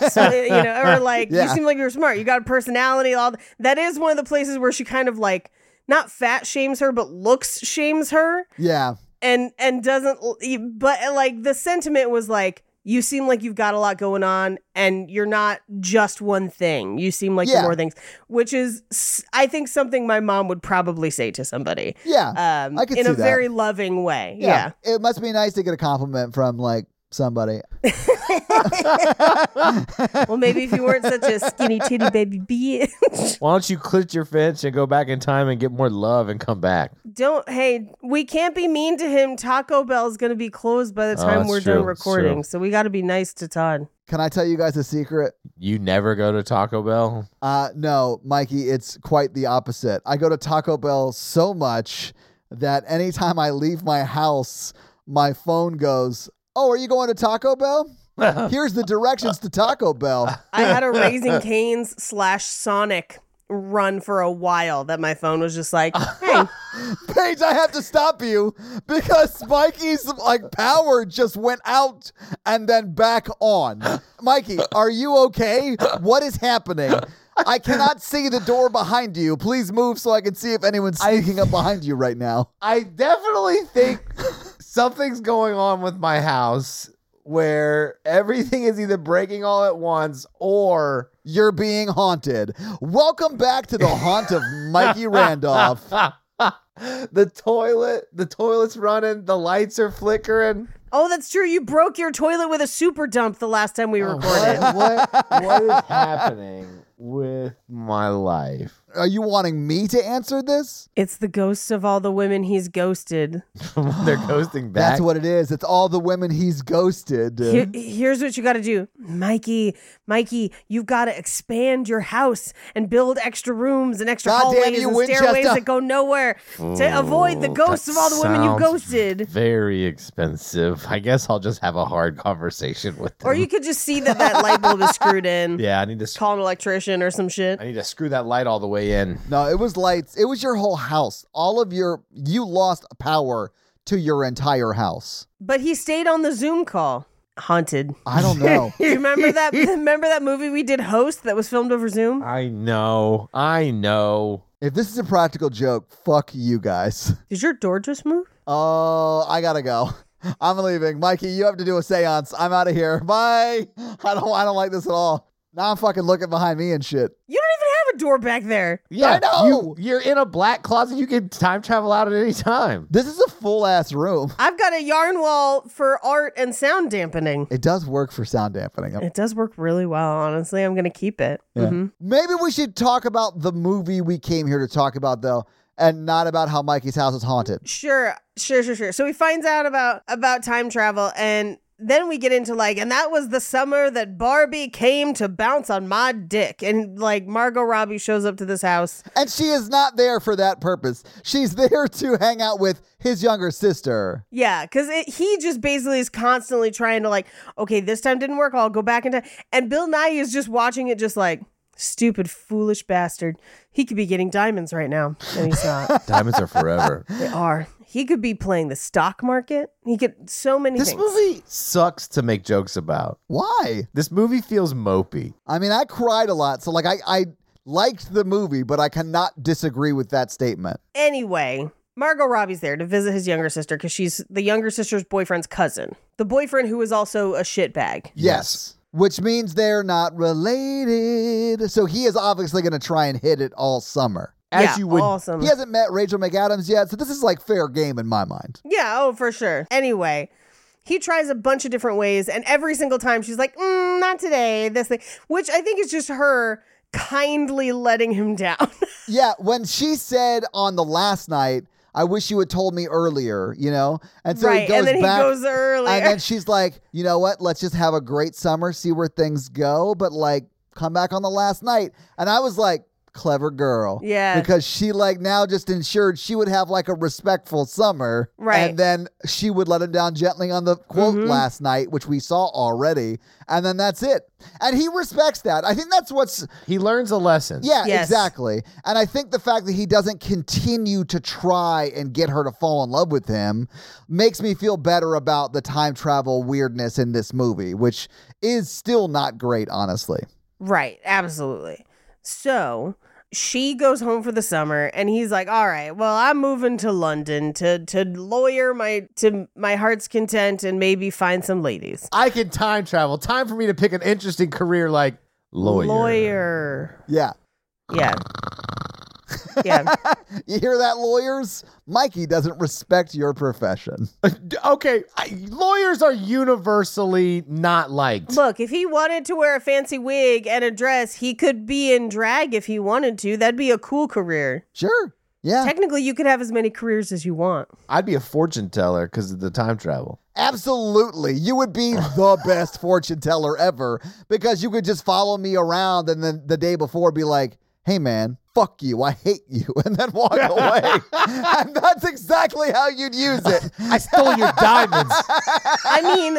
D: so you know, or like, "You
F: Yeah.
D: seem like you're smart. You got a personality." All th- that is one of the places where she kind of like not fat shames her, but looks shames her
F: yeah.
D: and and doesn't e, but eh, like the sentiment was like you seem like you've got a lot going on and you're not just one thing you seem like
F: Yeah.
D: you're more things which is s- i think something my mom would probably say to somebody
F: Yeah.
D: um
F: I could
D: in
F: see
D: a
F: that.
D: very loving way yeah,
F: It must be nice to get a compliment from like somebody.
D: well maybe if you weren't such a skinny titty baby bitch
E: Why don't you clit your fence and go back in time and get more love and come back?
D: don't hey we can't be mean to him taco bell's gonna be closed by the
E: Oh,
D: time
E: that's
D: we're
E: true,
D: done
E: that's true.
D: recording so we gotta be nice to todd
F: Can I tell you guys a secret?
E: You never go to Taco Bell.
F: Uh no, Mikey, it's quite the opposite. I go to Taco Bell so much that anytime I leave my house, my phone goes, "Oh, are you going to Taco Bell?" Here's the directions to Taco Bell.
D: I had a Raising Canes slash Sonic run for a while that my phone was just like, hey,
F: Paige, I have to stop you because Mikey's like power just went out and then back on. Mikey, are you okay? What is happening? I cannot see the door behind you. Please move so I can see if anyone's sneaking up behind you right now.
E: I definitely think something's going on with my house where everything is either breaking all at once or
F: You're being haunted. Welcome back to the haunt of Mikey Randolph.
E: the toilet, the toilet's running, the lights are flickering.
D: Oh, that's true. You broke your toilet with a super dump the last time we recorded.
E: Oh, what, what is happening with my life?
F: Are you wanting me to answer this?
D: It's the ghosts of all the women he's ghosted.
E: They're ghosting back.
F: That's what it is. It's all the women he's ghosted.
D: Here- here's what you got to do, Mikey. Mikey, you've got to expand your house and build extra rooms and extra
F: God damn
D: hallways
F: you,
D: and stairways
F: Winchester.
D: that go nowhere to avoid the
E: Ooh,
D: ghosts
E: that
D: of all the women you
E: sounds
D: ghosted.
E: Very expensive. I guess I'll just have a hard conversation with them.
D: Or you could just see that that light bulb is screwed in.
E: yeah, I need to.
D: Call an electrician or some shit.
E: I need to screw that light all the way in.
F: No, it was lights. It was your whole house. All of your you lost power to your entire house.
D: But he stayed on the Zoom call. Haunted.
F: I don't know.
D: Do you remember that? remember that movie we did, Host, that was filmed over Zoom?
E: I know. I know.
F: if this is a practical joke, fuck you guys.
D: Did your door just move?
F: Oh, I gotta go. I'm leaving. Mikey, you have to do a seance. I'm out of here. Bye. I don't I don't like this at all. Now I'm fucking looking behind me and shit.
D: You don't even have a door back there.
F: I
E: Yeah,
F: know.
E: You, are in a black closet. You can time travel out at any time.
F: This is a full ass room.
D: I've got a yarn wall for art and sound dampening.
F: It does work for sound dampening.
D: It does work really well, honestly. I'm going to keep it. hmm
F: Maybe we should talk about the movie we came here to talk about though, and not about how Mikey's house is haunted.
D: Sure, sure, sure, sure. So he finds out about about time travel and then we get into like, and that was the summer that Barbie came to bounce on my dick. And like Margot Robbie shows up to this house.
F: And she is not there for that purpose. She's there to hang out with his younger sister.
D: Yeah, because he just basically is constantly trying to like, okay, this time didn't work. I'll go back into. And Bill Nye is just watching it, just like stupid, foolish bastard. He could be getting diamonds right now, and he's not.
E: Diamonds are forever.
D: they are. He could be playing the stock market. He could so many
E: this
D: things.
E: movie sucks to make jokes about.
F: Why?
E: This movie feels mopey.
F: I mean, I cried a lot. So, like, I, I liked the movie, but I cannot disagree with that statement.
D: Anyway, Margot Robbie's there to visit his younger sister because she's the younger sister's boyfriend's cousin, the boyfriend who is also a shitbag.
E: Yes.
F: Which means they're not related. So, he is obviously going to try and hit it all summer.
E: As
D: yeah,
E: you would
D: awesome.
F: He hasn't met Rachel McAdams yet. So, this is like fair game in my mind.
D: Yeah, oh, for sure. Anyway, he tries a bunch of different ways, and every single time she's like, mm, not today, this thing, which I think is just her kindly letting him down.
F: Yeah. When she said on the last night, I wish you had told me earlier, you know? And so he
D: right.
F: goes
D: And then he
F: back.
D: goes earlier.
F: And then she's like, you know what? Let's just have a great summer, see where things go, but like come back on the last night. And I was like, clever girl.
D: Yeah.
F: Because she like now just ensured she would have like a respectful summer.
D: Right. Mm-hmm.
F: And then she would let him down gently on the quote last night, which we saw already. And then that's it. And he respects that. I think that's what's
E: He learns a lesson.
F: yeah,
D: Yes.
F: exactly. And I think the fact that he doesn't continue to try and get her to fall in love with him makes me feel better about the time travel weirdness in this movie, which is still not great, honestly.
D: right, absolutely. So she goes home for the summer and he's like all right well i'm moving to london to to lawyer my to my heart's content and maybe find some ladies
E: I can time travel. Time for me to pick an interesting career like lawyer.
D: lawyer
F: Yeah.
D: yeah yeah
F: You hear that, lawyers? Mikey doesn't respect your profession.
E: D- Okay, I, lawyers are universally not liked.
D: Look, if he wanted to wear a fancy wig and a dress, he could be in drag if he wanted to. That'd be a cool career.
F: Sure. Yeah.
D: Technically, you could have as many careers as you want.
E: I'd be a fortune teller because of the time travel.
F: Absolutely. You would be the best fortune teller ever because you could just follow me around and then the day before be like, hey, man, fuck you. I hate you. And then walk away. and that's exactly how you'd use it.
E: I stole your diamonds.
D: I mean,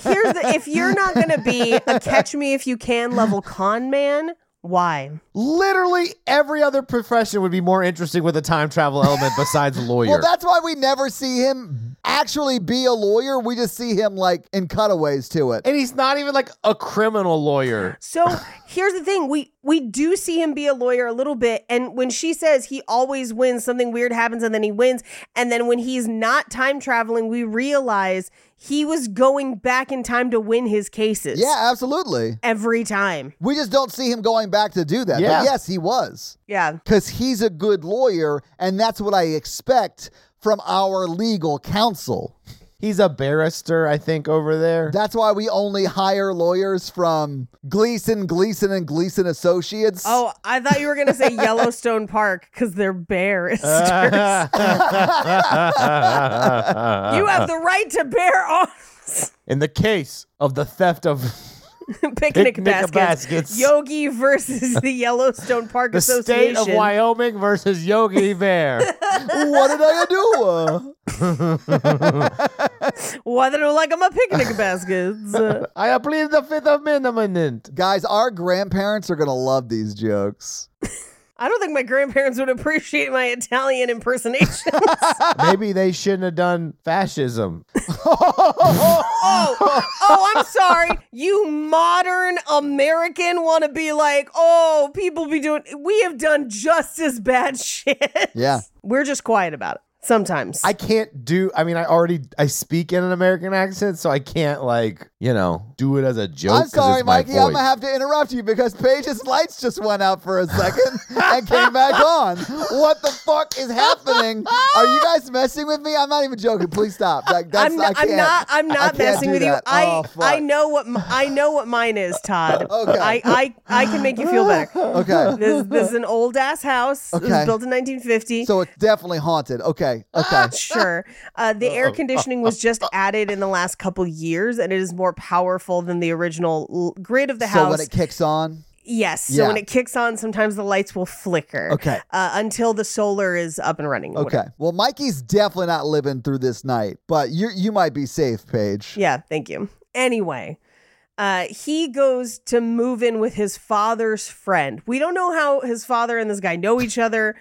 D: here's the if you're not going to be a catch me if you can level con man, why?
E: Literally every other profession would be more interesting with a time travel element besides lawyer.
F: Well, that's why we never see him actually be a lawyer. We just see him like in cutaways to it.
E: and he's not even like a criminal lawyer.
D: So here's the thing we we do see him be a lawyer a little bit. And when she says he always wins, something weird happens and then he wins. And then when he's not time traveling, we realize he was going back in time to win his cases
F: Yeah, absolutely.
D: every time.
F: We just don't see him going back to do that.
E: Yeah.
F: But yes, he was.
D: Yeah.
F: Because he's a good lawyer, and that's what I expect from our legal counsel.
E: He's a barrister, I think, over there.
F: That's why we only hire lawyers from Gleason, Gleason, and Gleason Associates.
D: Oh, I thought you were going to say Yellowstone Park because they're barristers.
E: Ah.
D: you have the right to bear arms.
E: In the case of the theft of
D: picnic,
E: Picnic
D: baskets.
E: baskets.
D: Yogi versus the Yellowstone Park
E: the
D: Association.
E: state of Wyoming versus Yogi Bear.
F: what did I do? Uh,
D: Why they don't like them a picnic baskets? Uh,
E: I plead the fifth amendment.
F: Guys, our grandparents are going to love these jokes.
D: I don't think my grandparents would appreciate my Italian impersonation.
E: Maybe they shouldn't have done fascism.
D: oh, oh, I'm sorry. You modern American want to be like, oh, people be doing. We have done just as bad shit.
F: Yeah.
D: We're just quiet about it sometimes.
E: I can't do. I mean, I already I speak in an American accent, so I can't like you know do it as a joke.
F: I'm
E: 'cause
F: sorry,
E: it's my
F: Mikey. I'm going
E: voice.
F: to have to interrupt you because Paige's lights just went out for a second and came back on. What the fuck is happening? Are you guys messing with me? I'm not even joking. Please stop. Like, that's,
D: I'm
F: I
D: not,
F: can't.
D: I'm not. I'm
F: I
D: not
F: can't
D: messing
F: do
D: with you.
F: that.
D: I
F: Oh, fuck.
D: I know what m- I know what mine is, Todd.
F: Okay.
D: I I, I can make you feel better.
F: Okay.
D: This this is an old ass house. It
F: Okay.
D: was built in 1950.
F: So it's definitely haunted. Okay. Okay.
D: Sure. Uh, the air conditioning was just added in the last couple years, and it is more powerful than the original l- grid of the
F: So
D: house.
F: when it kicks on,
D: yes. So
F: Yeah.
D: when it kicks on, sometimes the lights will flicker.
F: Okay.
D: Uh, until the solar is up and running. or
F: okay.
D: whatever.
F: Well, Mikey's definitely not living through this night, but you you might be safe, Paige.
D: Yeah, thank you. Anyway, uh, he goes to move in with his father's friend. We don't know how his father and this guy know each other.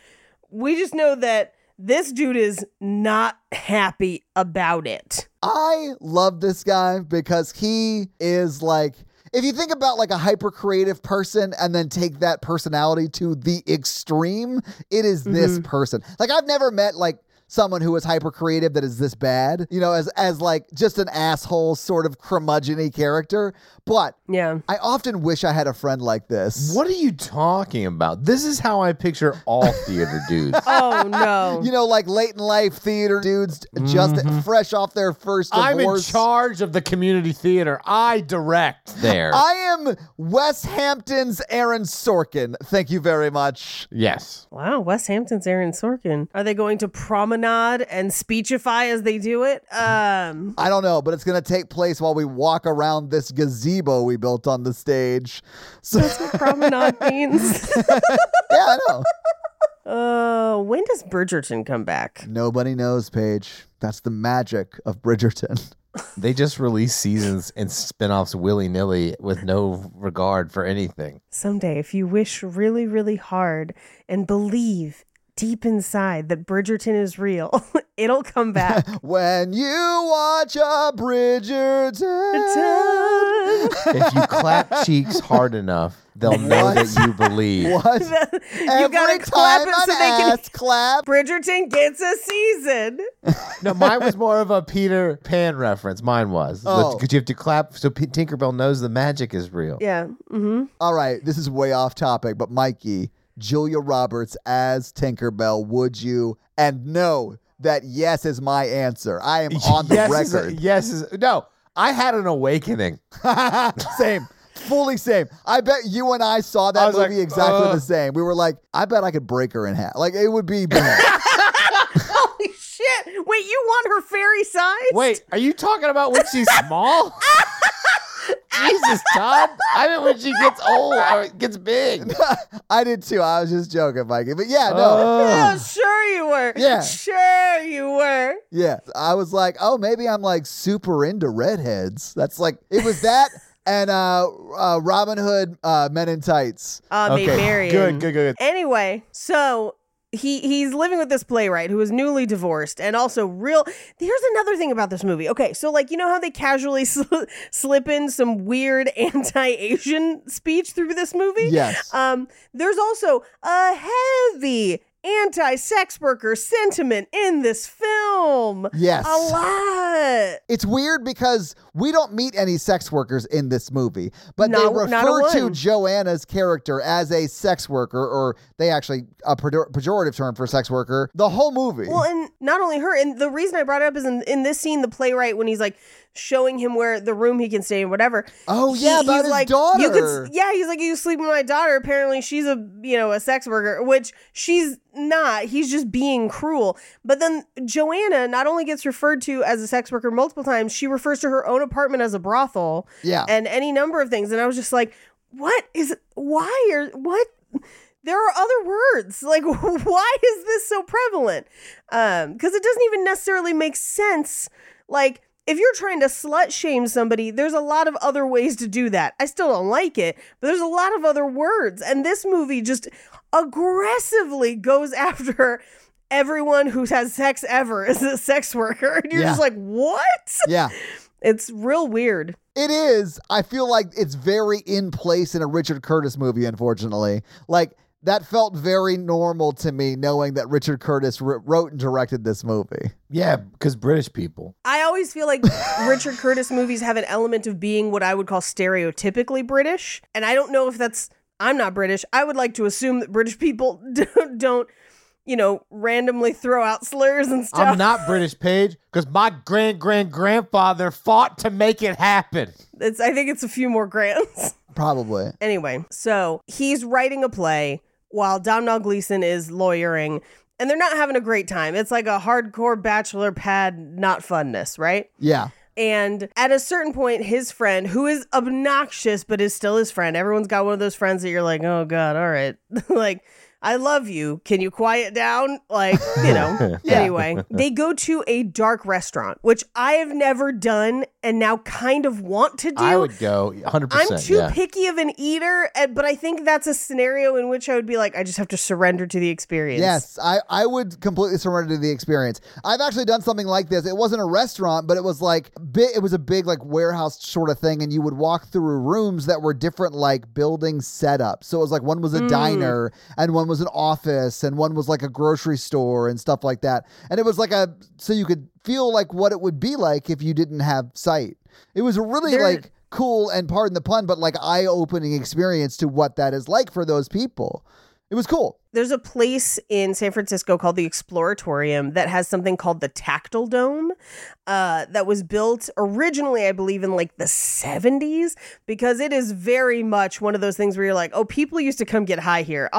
D: We just know that this dude is not happy about it.
F: I love this guy because he is like if you think about like a hyper creative person and then take that personality to the extreme, it is this
D: Mm-hmm.
F: person. Like I've never met like someone who is hyper creative that is this bad, you know, as as like just an asshole sort of curmudgeony character. But
D: Yeah.
F: I often wish I had a friend like this.
E: What are you talking about? This is how I picture all theater dudes.
D: Oh no.
F: You know, like late in life theater dudes just fresh off their first divorce.
E: Mm-hmm. I'm in charge of the community theater. I direct there.
F: I am West Hampton's Aaron Sorkin. Thank you very much.
E: yes.
D: wow, West Hampton's Aaron Sorkin. Are they going to promenade and speechify as they do it? Um
F: I don't know, but it's going to take place while we walk around this gazebo we built on the stage. So, yeah,
D: promenade means.
F: I know.
D: uh when does Bridgerton come back?
F: Nobody knows, Paige. That's the magic of Bridgerton.
E: They just release seasons and spin-offs willy-nilly with no regard for anything.
D: Someday, if you wish really, really hard and believe deep inside that Bridgerton is real, it'll come back.
F: When you watch a Bridgerton.
E: If you clap cheeks hard enough, they'll know
F: What?
E: that you believe.
F: What?
D: you gotta clap it so they can.
F: clap.
D: Bridgerton gets a season.
E: No, mine was more of a Peter Pan reference. Mine was.
F: Oh.
E: Because you have to clap so P- Tinkerbell knows the magic is real.
D: Yeah. Mm-hmm.
F: All right, this is way off topic, but Mikey, Julia Roberts as Tinkerbell, would you? And no, that yes is my answer. I am on the
E: Yes is a-
F: record.
E: yes. Is, no, I had an awakening.
F: same. Fully same. I bet you and I saw that
E: I was
F: movie
E: like,
F: exactly
E: uh.
F: the same. We were like, I bet I could break her in half. Like it would be bad.
D: Holy shit! Wait, you want her fairy size?
E: Wait, are you talking about when she's small? Jesus, Todd. I mean, when she gets old or gets big.
F: I did too. I was just joking, Mikey. But yeah, no.
D: Oh,
E: Uh.
D: sure you were.
F: Yeah.
D: Sure you were.
F: Yeah. I was like, oh, maybe I'm like super into redheads. That's like, it was that and uh, uh, Robin Hood uh, Men in Tights.
D: Uh, Maid
E: Okay,
D: Marian.
E: good, good, good.
D: Anyway, so he he's living with this playwright who is newly divorced and also real here's another thing about this movie okay so like you know how they casually sl- slip in some weird anti-asian speech through this movie
F: Yes.
D: um there's also a heavy anti-sex worker sentiment in this film
F: Yes.
D: a lot
F: It's weird because we don't meet any sex workers in this movie, but
D: Not-
F: they
D: not a
F: refer to
D: one.
F: Joanna's character as a sex worker, or they actually a pejor- pejorative term for sex worker. The whole movie.
D: Well, and not only her, and the reason I brought it up is in, in this scene, the playwright, when he's like showing him where the room he can stay in, whatever.
F: Oh, yeah, about
D: he's
F: his
D: like, You could,
F: daughter.
D: s- yeah, he's like, you sleep with my daughter. Apparently, she's a you know a sex worker, which she's not. He's just being cruel. But then Joanna not only gets referred to as a sex worker multiple times, she refers to her own apartment as a brothel.
F: Yeah.
D: and any number of things, and I was just like, what is? Why are what? there are other words. Like, why is this so prevalent? Um, because it doesn't even necessarily make sense. Like, if you're trying to slut shame somebody, there's a lot of other ways to do that. I still don't like it, but there's a lot of other words. And this movie just aggressively goes after everyone who has sex ever as a sex worker. And you're
F: Yeah.
D: just like, what?
F: yeah,
D: It's real weird.
F: it is. I feel like it's very in place in a Richard Curtis movie. Unfortunately, like that felt very normal to me, knowing that Richard Curtis wr- wrote and directed this movie.
E: Yeah, because British people.
D: I always feel like Richard Curtis movies have an element of being what I would call stereotypically British. And I don't know if that's, I'm not British. I would like to assume that British people don't, don't you know, randomly throw out slurs and stuff.
E: I'm not British, Paige, because my grand grand grandfather fought to make it happen.
D: It's, I think it's a few more grants.
F: Probably.
D: Anyway, so he's writing a play while Domhnall Gleeson is lawyering, and they're not having a great time. It's like a hardcore bachelor pad, not funness, right?
F: Yeah.
D: And at a certain point, his friend, who is obnoxious but is still his friend, everyone's got one of those friends that you're like, oh God, all right. like, I love you. Can you quiet down? Like, you know. Anyway, they go to a dark restaurant, which I have never done and now kind of want to do.
E: I would go 100%.
D: I'm too
E: yeah.
D: picky of an eater, and- but I think that's a scenario in which I would be like, I just have to surrender to the experience.
F: Yes, I, I would completely surrender to the experience. I've actually done something like this. It wasn't a restaurant, but it was like bi- it was a big like warehouse sort of thing, and you would walk through rooms that were different like building setups. So it was like one
D: Mm.
F: was a diner, and one was an office, and one was like a grocery store and stuff like that. And it was like a so you could feel like what it would be like if you didn't have sight. It was a really
D: There-
F: like cool and pardon the pun, but like eye opening experience to what that is like for those people. It was cool.
D: There's a place in San Francisco called the Exploratorium that has something called the Tactile Dome uh, that was built originally, I believe, in like the 70s, because it is very much one of those things where you're like, oh, people used to come get high here,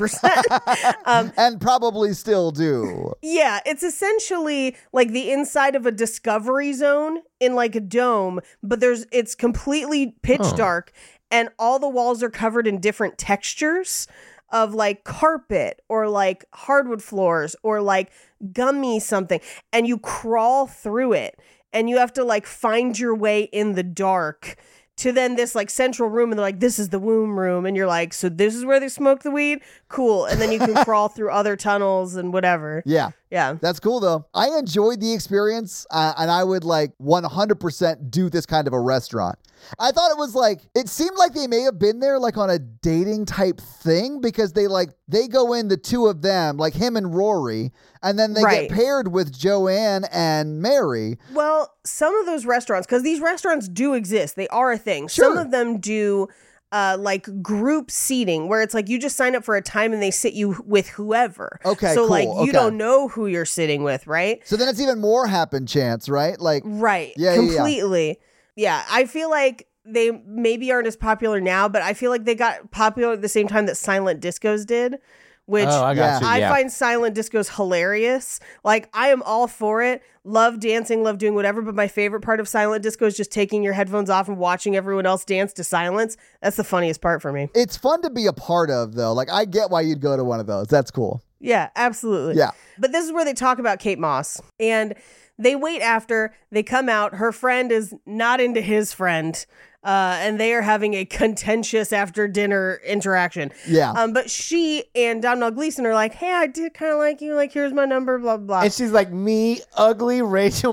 D: 100%. um,
F: and probably still do.
D: Yeah, it's essentially like the inside of a discovery zone in like a dome, but there's it's completely pitch dark and all the walls are covered in different textures of like carpet or like hardwood floors or like gummy something and you crawl through it and you have to like find your way in the dark to then this like central room and they're like this is the womb room and you're like so this is where they smoke the weed cool and then you can crawl through other tunnels and whatever
F: Yeah.
D: yeah.
F: That's cool though. I enjoyed the experience, uh, and I would like 100% do this kind of a restaurant. I thought it was like it seemed like they may have been there like on a dating type thing because they like they go in the two of them like him and Rory, and then they
D: Right.
F: get paired with Joanne and Mary.
D: Well, some of those restaurants, because these restaurants do exist, they are a thing. Some
F: Sure.
D: of them do uh, like group seating where it's like you just sign up for a time and they sit you with whoever.
F: Okay,
D: So,
F: cool,
D: like, you
F: okay.
D: don't know who you're sitting with, right?
F: So then it's even more happen chance, right? Like
D: Right.
F: Yeah, yeah, yeah.
D: Completely. Yeah. I feel like they maybe aren't as popular now, but I feel like they got popular at the same time that silent discos did, which
E: oh, I
F: Yeah.
E: got you.
D: I
E: Yeah.
D: find silent discos hilarious. Like I am all for it. Love dancing, love doing whatever, but my favorite part of silent disco is just taking your headphones off and watching everyone else dance to silence. That's the funniest part for me.
F: it's fun to be a part of though. Like I get why you'd go to one of those. That's cool.
D: Yeah, absolutely.
F: Yeah.
D: But this is where they talk about Kate Moss. And they wait after they come out. Her friend is not into his friend. uh, and they are having a contentious after dinner interaction.
F: Yeah.
D: Um, but she and Domhnall Gleeson are like, "Hey, I did kind of like you. Like, here's my number. Blah blah."
E: And she's like, me, ugly Rachel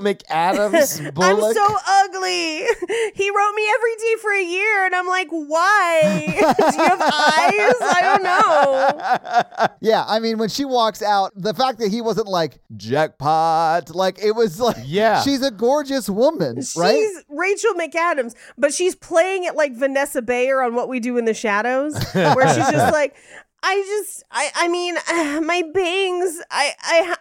E: McAdams
D: I'm
E: Bullock.
D: so ugly. He wrote me every day for a year, and I'm like, why? Do you have eyes? I don't know.
F: Yeah, I mean, when she walks out, the fact that he wasn't like jackpot, like it was like,
E: Yeah.
F: she's a gorgeous woman, right?
D: She's Rachel McAdams, but she's playing it like Vanessa Bayer on What We Do in the Shadows, where she's just like, I just, I, I mean, my bangs, I,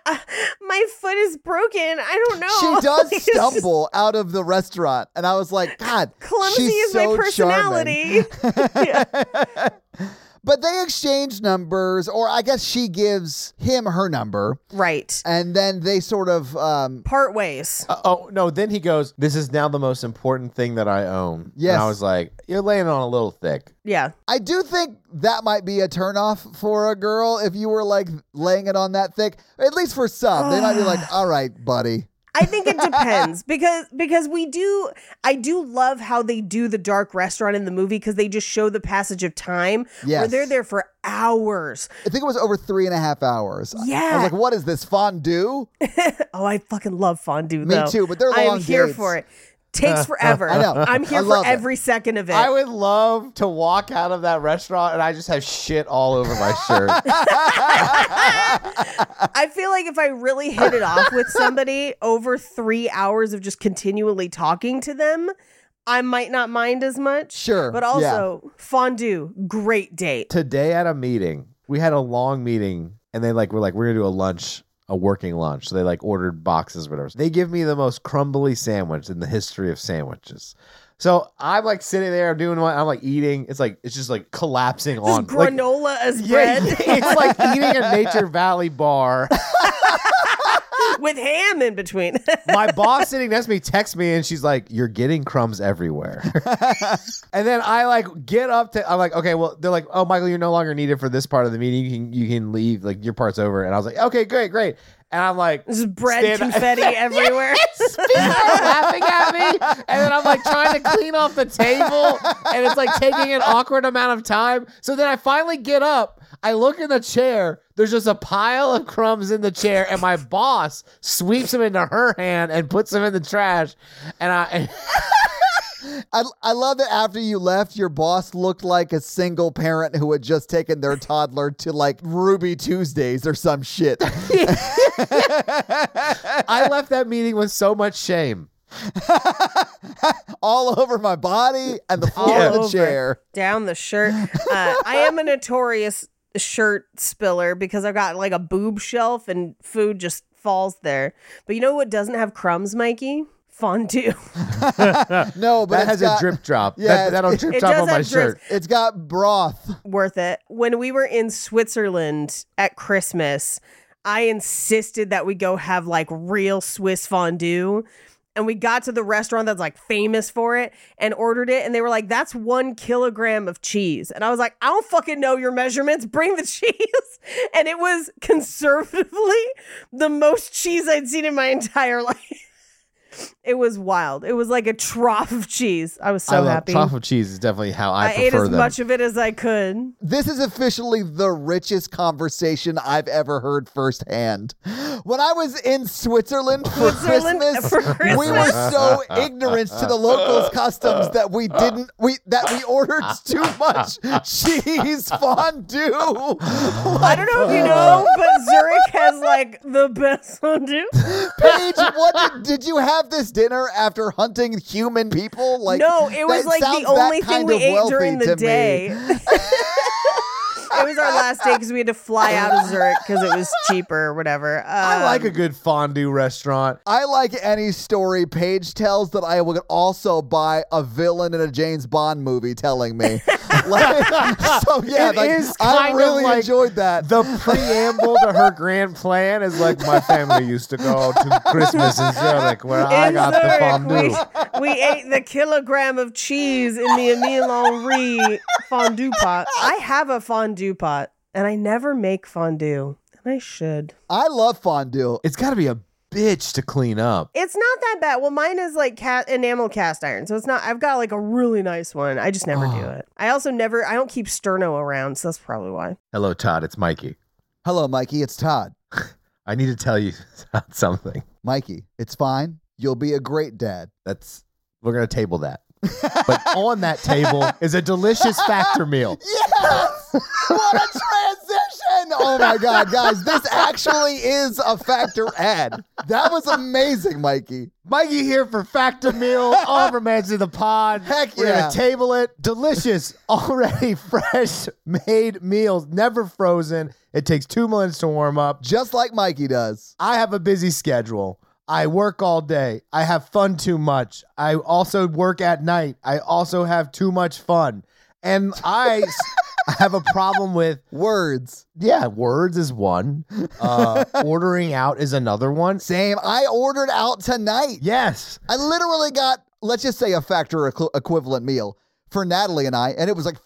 D: I, my foot is broken. I don't know.
F: She
D: Like, it's
F: does
D: just
F: stumble out of the restaurant, and I was like, God,
D: Clumsy
F: she's
D: is
F: so
D: my
F: charming.
D: personality.
F: But they exchange numbers, or I guess she gives him her number,
D: right.
F: and then they sort of, um,
D: Part ways.
E: Uh, oh no! Then he goes. This is now the most important thing that I own.
F: Yes.
E: And I was like, you're laying on a little thick.
D: Yeah.
F: I do think that might be a turnoff for a girl if you were like laying it on that thick. At least for some, they might be like, all right, buddy.
D: I think it depends because because we do I do love how they do the dark restaurant in the movie because they just show the passage of time where
F: Yes.
D: they're there for hours.
F: I think it was over three and a half hours. I- I
D: Yeah.
F: was like, what is this, fondue?
D: Oh, I fucking love fondue.
F: Me
D: though.
F: too, but they're
D: I am
F: long
D: here
F: dates.
D: for it. Takes forever.
F: I know.
D: I'm here
F: I
D: for
F: love it.
D: every second of it.
E: I would love to walk out of that restaurant and I just have shit all over my shirt.
D: I feel like if I really hit it off with somebody over three hours of just continually talking to them, I might not mind as much.
F: Sure,
D: But
F: yeah.
D: also fondue, great date.
E: Today at a meeting, we had a long meeting and they like were like, we're gonna do a lunch, a working lunch. So they like ordered boxes, whatever. They give me the most crumbly sandwich in the history of sandwiches. So I'm like sitting there doing what I'm like eating. It's like it's just like collapsing
D: Just
E: on like,
D: granola as
E: Yeah,
D: bread.
E: it's like eating a Nature Valley bar.
D: with ham in between.
E: My boss sitting next to me texts me and she's like, You're getting crumbs everywhere. and then I like get up to I'm like, okay, well, they're like, Oh, Michael, you're no longer needed for this part of the meeting. You can you can leave, like your part's over. And I was like, Okay, great, great. And I'm like
D: There's bread
E: Stand-
D: confetti everywhere.
E: people are laughing at me. And then I'm like trying to clean off the table. And it's like taking an awkward amount of time. So then I finally get up. I look in the chair. There's just a pile of crumbs in the chair. And my boss sweeps them into her hand and puts them in the trash. And I. and-
F: I, I love that after you left, your boss looked like a single parent who had just taken their toddler to like Ruby Tuesdays or some shit.
E: I left that meeting with so much shame.
F: All over my body and the floor
E: All
F: of the
D: over.
F: chair.
D: Down the shirt. Uh, I am a notorious shirt spiller because I've got like a boob shelf and food just falls there. But you know what doesn't have crumbs, Mikey? Fondue.
F: No, but
E: that
F: it's
E: has
F: got,
E: a drip drop.
F: Yeah,
E: that,
F: it's-
E: that'll
D: it
E: drip drop
D: does
E: on my
D: have drips.
E: shirt.
F: It's got broth.
D: Worth it. When we were in Switzerland at Christmas, I insisted that we go have like real Swiss fondue. And we got to the restaurant that's like famous for it and ordered it. And they were like, that's one kilogram of cheese. And I was like, I don't fucking know your measurements. Bring the cheese. And it was conservatively the most cheese I'd seen in my entire life. It was wild. It was like a trough of cheese. I was so
E: I love
D: happy.
E: truffle cheese is definitely how I,
D: I ate
E: prefer
D: as
E: them.
D: much of it as I could.
F: This is officially the richest conversation I've ever heard firsthand. When I was in Switzerland for,
D: Switzerland
F: Christmas,
D: for Christmas.
F: we were so ignorant to the locals' customs that we didn't we that we ordered too much cheese fondue.
D: I don't know if you know, but Zurich has like the best fondue.
F: Paige, what did, did you have this dinner after hunting human people? Like
D: no, it was
F: that
D: like
F: sounds
D: the
F: that
D: only thing
F: kind
D: we
F: of
D: ate
F: wealthy
D: during
F: to
D: the
F: me.
D: day. it was our last day because we had to fly out of Zurich because it was cheaper or whatever. Um,
E: I like a good fondue restaurant.
F: I like any story Paige tells that I would also buy a villain in a James Bond movie telling me. Like, so yeah,
E: It
F: like,
E: is
F: I
E: kind of
F: really
E: like
F: enjoyed that.
E: the preamble to her grand plan is like my family used to go to Christmas in Zurich where I
D: in
E: got the fondue.
D: Zurich, we, we ate the kilogram of cheese in the Emile Henri fondue pot. I have a fondue pot, and I never make fondue, and I should.
F: I love fondue.
E: It's got to be a bitch to clean up.
D: It's not that bad. Well, mine is like cat enamel cast iron, so it's not. I've got like a really nice one. I just never do it. I also never. I don't keep sterno around, so that's probably why.
E: Hello, Todd. It's Mikey.
F: Hello, Mikey. It's Todd.
E: I need to tell you about something.
F: Mikey, it's fine. You'll be a great dad.
E: That's we're gonna table that. but on that table is a delicious factor meal.
F: Yes! what a transition! Oh my God, guys, this actually is a factor ad. That was amazing, Mikey.
E: Mikey here for Factor Meal, all from Edge of the Pod.
F: Heck
E: We're
F: yeah.
E: gonna table it. Delicious, already fresh made meals, never frozen. It takes two minutes to warm up.
F: Just like Mikey does.
E: I have a busy schedule. I work all day. I have fun too much. I also work at night. I also have too much fun. And I s- have a problem with
F: Words.
E: yeah, words is one. Uh, ordering out is another one.
F: Same. I ordered out tonight.
E: Yes.
F: I literally got, let's just say, a factor equ- equivalent meal for Natalie and I, and it was like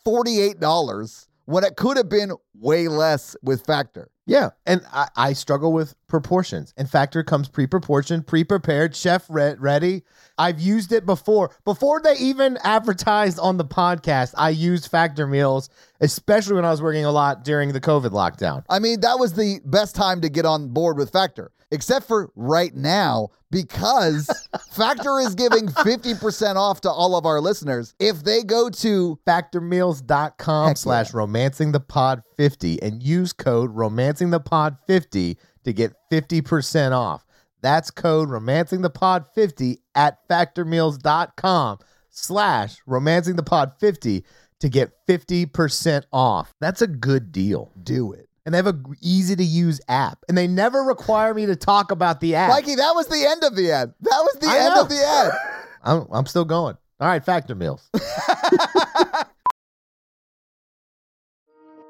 F: $48 when it could have been way less with factor.
E: Yeah. And I, I struggle with proportions. In factor comes pre proportioned, pre prepared, chef re- ready. I've used it before. Before they even advertised on the podcast, I used factor meals, especially when I was working a lot during the COVID lockdown.
F: I mean, that was the best time to get on board with Factor, except for right now, because Factor is giving 50% off to all of our listeners. If they go to
E: factormeals.com
F: Heck
E: slash romancing the pod 50 and use code romancing the pod 50 to get 50% off that's code romancing the pod 50 at factormeals.com slash romancing the pod 50 to get 50% off that's a good deal
F: do it.
E: and they have a easy to use app and they never require me to talk about the app
F: Mikey, that was the end of the ad. That was the
E: I
F: end
E: know.
F: of the ad.
E: I'm, I'm still going all right factor meals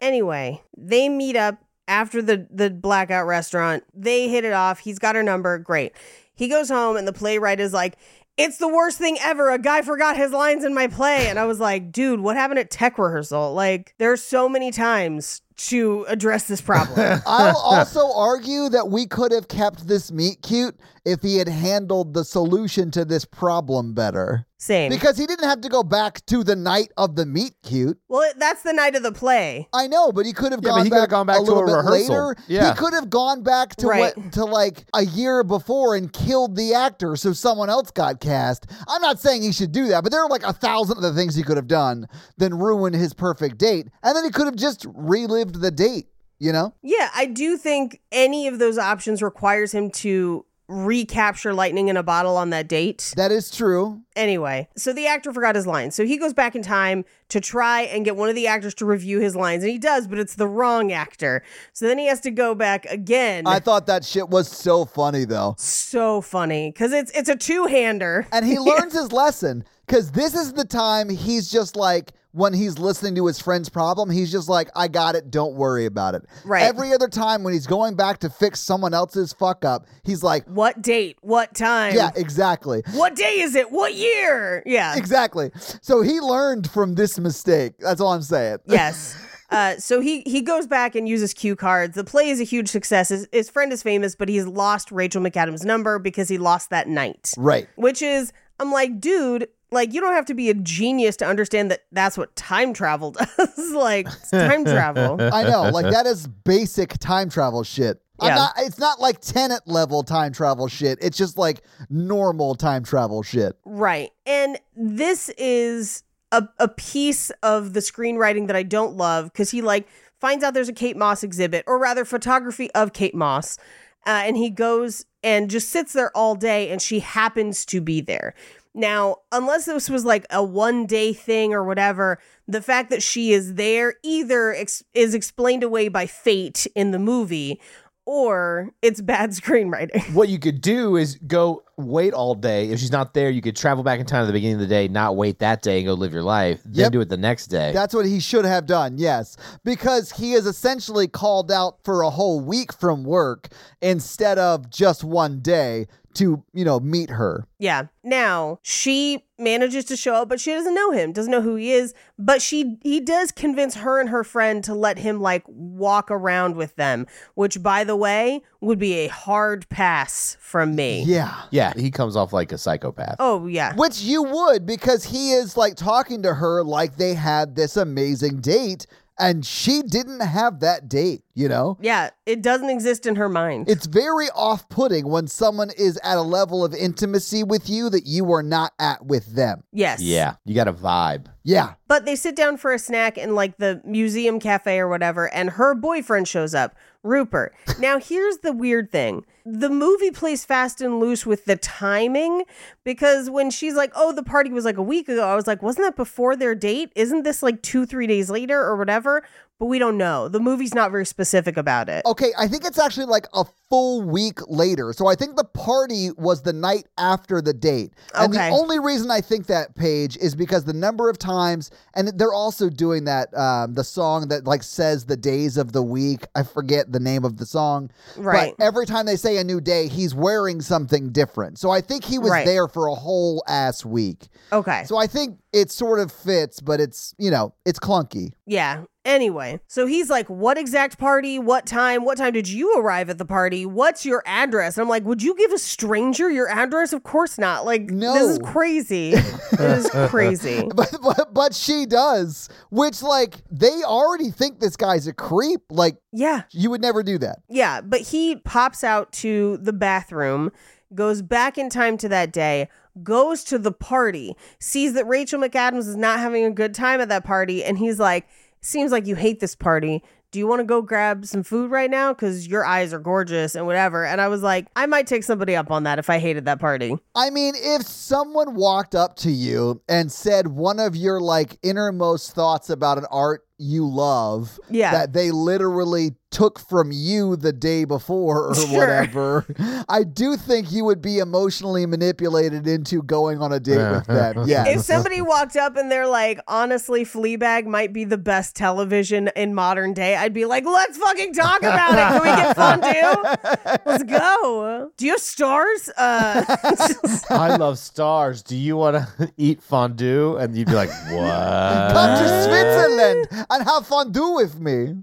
D: Anyway, they meet up after the the blackout restaurant. They hit it off. He's got her number. Great. He goes home and the playwright is like, "It's the worst thing ever. A guy forgot his lines in my play." And I was like, "Dude, what happened at tech rehearsal? Like, there's so many times to address this problem."
F: I'll also argue that we could have kept this meet cute if he had handled the solution to this problem better.
D: Same.
F: Because he didn't have to go back to the night of the meet cute.
D: well, it- that's the night of the play.
F: I know, but he could have
E: Yeah, but
F: gone,
E: he could
F: back
E: have gone back
F: a
E: to
F: little
E: a
F: bit
E: rehearsal.
F: later.
E: Yeah.
F: He could have gone back to what
D: Right.
F: to like a year before and killed the actor so someone else got cast. I'm not saying he should do that, but there are like a thousand other things he could have done than ruin his perfect date. And then he could have just relived the date, you know?
D: Yeah, I do think any of those options requires him to recapture lightning in a bottle on that date.
F: That is true.
D: Anyway, so the actor forgot his lines. So he goes back in time to try and get one of the actors to review his lines. And he does, but it's the wrong actor. So then he has to go back again.
F: I thought that shit was so funny though.
D: so funny because it's it's a two-hander.
F: And he learns his lesson because this is the time he's just like, when he's listening to his friend's problem, he's just like, I got it. Don't worry about it.
D: Right.
F: Every other time when he's going back to fix someone else's fuck up, he's like,
D: What date? What time?
F: yeah, exactly.
D: What day is it? What year? Yeah.
F: Exactly. So he learned from this mistake. That's all I'm saying.
D: yes. Uh, so he he goes back and uses cue cards. The play is a huge success. His, his friend is famous, but he's lost Rachel McAdams' number because he lost that night.
F: Right.
D: Which is, I'm like, dude, like you don't have to be a genius to understand that that's what time travel does. like it's time travel.
F: I know. Like that is basic time travel shit. I'm
D: Yeah.
F: not, it's not like tenant level time travel shit. It's just like normal time travel shit.
D: Right. And this is a, a piece of the screenwriting that I don't love because he like finds out there's a Kate Moss exhibit, or rather, photography of Kate Moss. Uh, and he goes and just sits there all day, and she happens to be there. Now, unless this was like a one day thing or whatever, the fact that she is there either ex- is explained away by fate in the movie or it's bad screenwriting.
E: What you could do is go wait all day. If she's not there, you could travel back in time to the beginning of the day, not wait that day and go live your life, then
F: Yep.
E: do it the next day.
F: That's what he should have done, yes. Because he is essentially called out for a whole week from work instead of just one day to, you know, meet her.
D: Yeah. Now she manages to show up, but she doesn't know him, doesn't know who he is. But she he does convince her and her friend to let him like walk around with them, which by the way would be a hard pass from me.
F: Yeah.
E: yeah, he comes off like a psychopath.
D: Oh yeah.
F: Which you would because he is like talking to her like they had this amazing date and she didn't have that date, you know?
D: Yeah, it doesn't exist in her mind.
F: It's very off putting when someone is at a level of intimacy with you that you are not at with them.
D: yes.
E: Yeah, you got a vibe.
F: Yeah.
D: But they sit down for a snack in like the museum cafe or whatever, and her boyfriend shows up, Rupert. Now, here's the weird thing the movie plays fast and loose with the timing because when she's like, oh, the party was like a week ago, I was like, wasn't that before their date? Isn't this like two, three days later or whatever? But we don't know. The movie's not very specific about it.
F: Okay, I think it's actually like a full week later. So I think the party was the night after the date. And
D: Okay.
F: the only reason I think that Paige is because the number of times, and they're also doing that um, the song that like says the days of the week. I forget the name of the song.
D: Right.
F: But every time they say a new day, he's wearing something different. So I think he was
D: Right.
F: there for a whole ass week.
D: Okay.
F: So I think it sort of fits, but it's you know it's clunky.
D: Yeah. Anyway, so he's like, What exact party? What time? What time did you arrive at the party? What's your address? And I'm like, Would you give a stranger your address? Of course not. Like, this is
F: No.
D: crazy. it is crazy.
F: but, but but she does, which like they already think this guy's a creep. Like
D: Yeah.
F: you would never do that.
D: Yeah. But he pops out to the bathroom, goes back in time to that day, goes to the party, sees that Rachel McAdams is not having a good time at that party. And he's like, Seems like you hate this party. Do you want to go grab some food right now? Because your eyes are gorgeous and whatever. And I was like, I might take somebody up on that if I hated that party.
F: I mean, if someone walked up to you and said one of your like innermost thoughts about an art you love
D: Yeah.
F: that they literally took from you the day before or
D: Sure.
F: whatever, I do think you would be emotionally manipulated into going on a date with them.
D: If
F: Yes.
D: somebody walked up and they're like, honestly, Fleabag might be the best television in modern day, I'd be like, let's fucking talk about it. Can we get fondue? Let's go. Do you have stars? Uh,
E: I love stars. Do you want to eat fondue? And you'd be like, what?
F: Come to Switzerland and have fondue with me.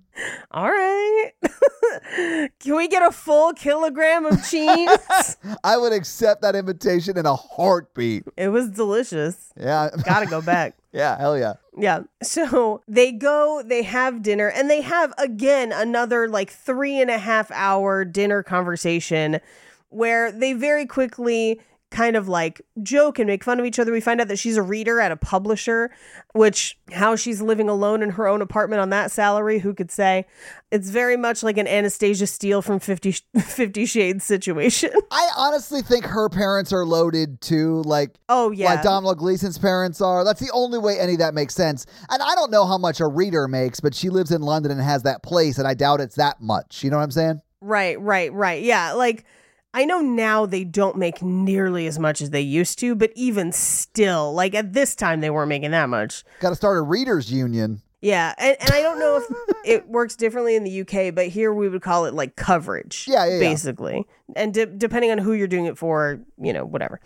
D: all right. Can we get a full kilogram of cheese?
F: I would accept that invitation in a heartbeat.
D: it was delicious.
F: Yeah.
D: Gotta go back.
F: Yeah, hell yeah.
D: Yeah. So they go, they have dinner, and they have again another like three and a half hour dinner conversation where they very quickly kind of like joke and make fun of each other. We find out that she's a reader at a publisher, which how she's living alone in her own apartment on that salary, who could say? It's very much like an Anastasia Steele from 50, Sh- 50 Shades situation.
F: I honestly think her parents are loaded too, like
D: Oh, yeah.
F: like Domhnall Gleeson's parents are. That's the only way any of that makes sense. And I don't know how much a reader makes, but she lives in London and has that place, and I doubt it's that much. You know what I'm saying?
D: Right, right, right. Yeah, like I know now they don't make nearly as much as they used to, but even still, like at this time they weren't making that much.
F: Got to start a readers union.
D: Yeah, and, and I don't know if it works differently in the UK, but here we would call it like coverage.
F: Yeah, yeah, yeah.
D: basically. And de- depending on who you're doing it for, you know, whatever.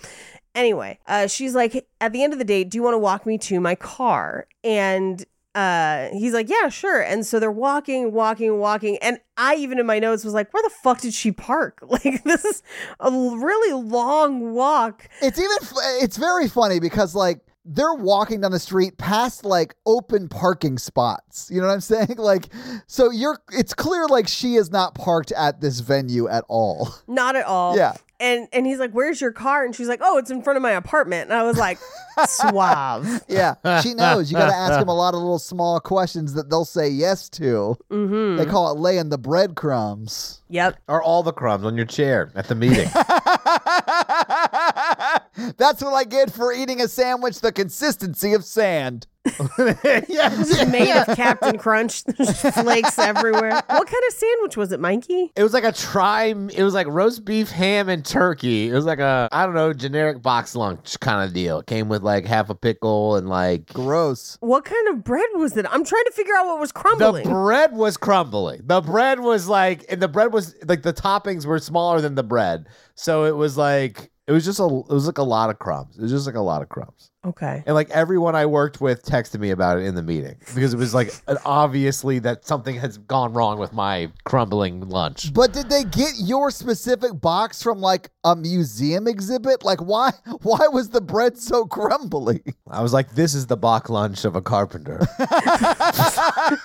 D: Anyway, uh, she's like, at the end of the day, do you want to walk me to my car? And uh, he's like, yeah, sure. And so they're walking, walking, walking. And I even in my notes was like, where the fuck did she park? Like, this is a l- really long walk.
F: It's even f- it's very funny because like they're walking down the street past like open parking spots. You know what I'm saying? Like so you're it's clear like she is not parked at this venue at all.
D: Not at all.
F: Yeah.
D: And and he's like, "Where's your car?" And she's like, "Oh, it's in front of my apartment." And I was like, "Suave."
F: Yeah, she knows. You got to ask them a lot of little small questions that they'll say yes to.
D: hmm
F: They call it laying the breadcrumbs.
D: Yep.
E: Are all the crumbs on your chair at the meeting?
F: That's what I get for eating a sandwich the consistency of sand.
E: yeah,
D: Just made of Captain Crunch, There's flakes everywhere. What kind of sandwich was it, Mikey?
E: It was like a try. It was like roast beef, ham, and turkey. It was like a I don't know generic box lunch kind of deal. It came with like half a pickle and like
F: Gross.
D: What kind of bread was it? I'm trying to figure out what was
E: the
D: crumbling.
E: bread was crumbling. The bread was like and the bread was like the toppings were smaller than the bread, so it was like it was just a it was like a lot of crumbs. It was just like a lot of crumbs.
D: okay.
E: And like everyone I worked with texted me about it in the meeting because it was like an obviously that something has gone wrong with my crumbling lunch.
F: But did they get your specific box from like a museum exhibit? Like why why was the bread so crumbly?
E: I was like, this is the box lunch of a carpenter.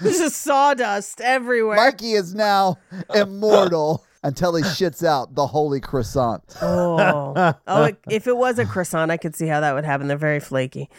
D: This is sawdust everywhere.
F: Mikey is now immortal until he shits out the holy croissant.
D: Oh, oh! It, if it was a croissant, I could see how that would happen. They're very flaky.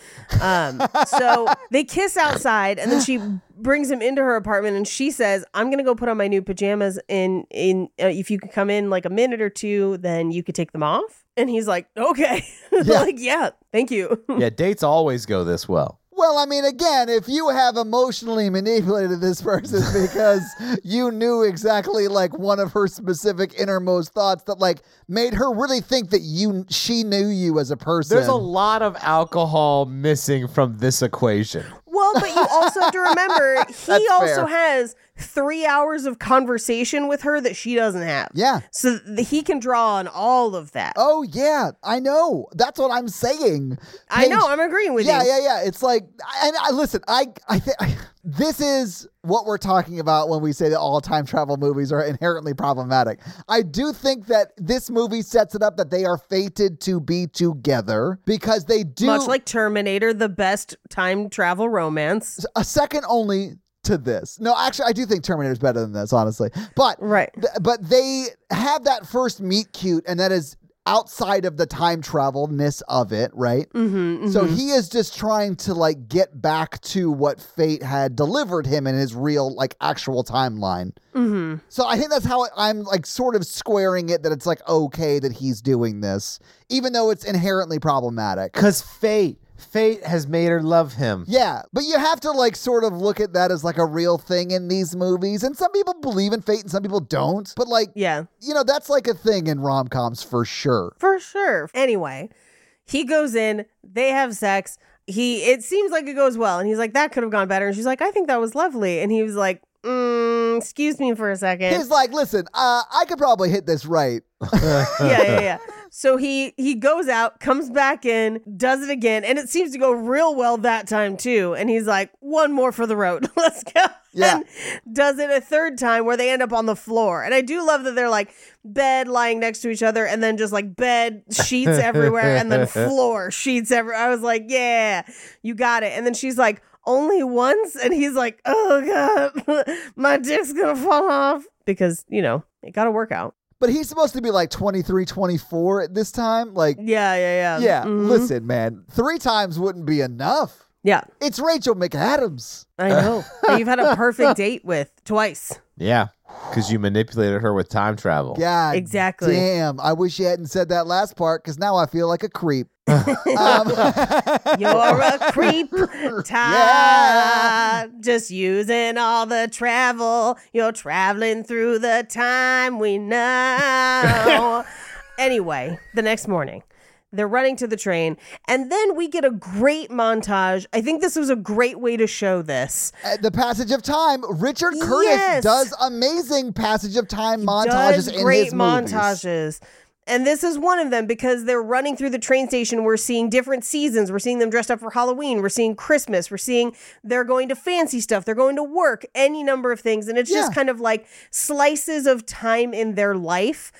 D: Um, so they kiss outside, and then she brings him into her apartment, and she says, "I'm gonna go put on my new pajamas, and in uh, if you could come in like a minute or two, then you could take them off." And he's like, "Okay,
F: Yeah.
D: like yeah, thank you."
E: yeah, dates always go this well.
F: Well, I mean, again, if you have emotionally manipulated this person because you knew exactly like one of her specific innermost thoughts that like made her really think that you she knew you as a person.
E: There's a lot of alcohol missing from this equation.
D: Well, but you also have to remember he
F: That's
D: also
F: fair.
D: has three hours of conversation with her that she doesn't have.
F: yeah.
D: So th- he can draw on all of that.
F: Oh yeah, I know. That's what I'm saying.
D: I know.
F: Paige-
D: I'm agreeing with
F: yeah,
D: you.
F: Yeah, yeah, It's like, and I listen. I, I think this is what we're talking about when we say that all time travel movies are inherently problematic. I do think that this movie sets it up that they are fated to be together because they do
D: Much like Terminator, the best time travel romance.
F: a second only to this. No, actually, I do think Terminator's better than this, honestly. But
D: Right.
F: th- but they have that first meet cute, and that is outside of the time travel ness of it, right?
D: Mm-hmm.
F: So he is just trying to like get back to what fate had delivered him in his real like actual timeline.
D: hmm
F: So I think that's how I'm like sort of squaring it that it's like okay that he's doing this even though it's inherently problematic.
E: Because fate, fate has made her love him.
F: Yeah, but you have to like sort of look at that as like a real thing in these movies. And some people believe in fate and some people don't. But like,
D: Yeah,
F: you know, that's like a thing in rom-coms for sure.
D: for sure. Anyway, he goes in, they have sex. He it seems like it goes well and he's like that could have gone better and she's like I think that was lovely and he was like mm, excuse me for a second.
F: He's like, "Listen, uh, I could probably hit this right."
D: yeah,
F: Uh-huh.
D: yeah, yeah. So he he goes out, comes back in, does it again, and it seems to go real well that time too. And he's like, one more for the road, let's go.
F: Yeah.
D: And does it a third time where they end up on the floor. And I do love that they're like bed lying next to each other, and then just like bed sheets everywhere, and then floor sheets everywhere. I was like, yeah, you got it. And then she's like. Only once, and he's like, "Oh god, my dick's gonna fall off," because you know it got to work out.
F: But he's supposed to be like 23, 24 at this time. Like,
D: Yeah, yeah, yeah.
F: yeah,
E: Mm-hmm.
D: Mhm.
F: listen, man, three times wouldn't be enough.
D: Yeah,
F: It's Rachel McAdams.
D: I know. that you've had a perfect date with twice.
E: Yeah, because you manipulated her with time travel.
F: Yeah,
D: Exactly.
F: Damn, I wish you hadn't said that last part because now I feel like a creep. um,
D: You're a creep, Todd. Just using all the travel. You're traveling through the time we know. anyway, the next morning. They're running to the train, and then we get a great montage. I think this was a great way to show this.
F: at the passage of time, Richard Curtis
D: Yes.
F: does amazing passage of time montages
D: does
F: in
D: great
F: his movies.
D: montages. And this is one of them because they're running through the train station. We're seeing different seasons. We're seeing them dressed up for Halloween. We're seeing Christmas. We're seeing they're going to fancy stuff. They're going to work, any number of things. And it's just
F: Yeah.
D: kind of like slices of time in their life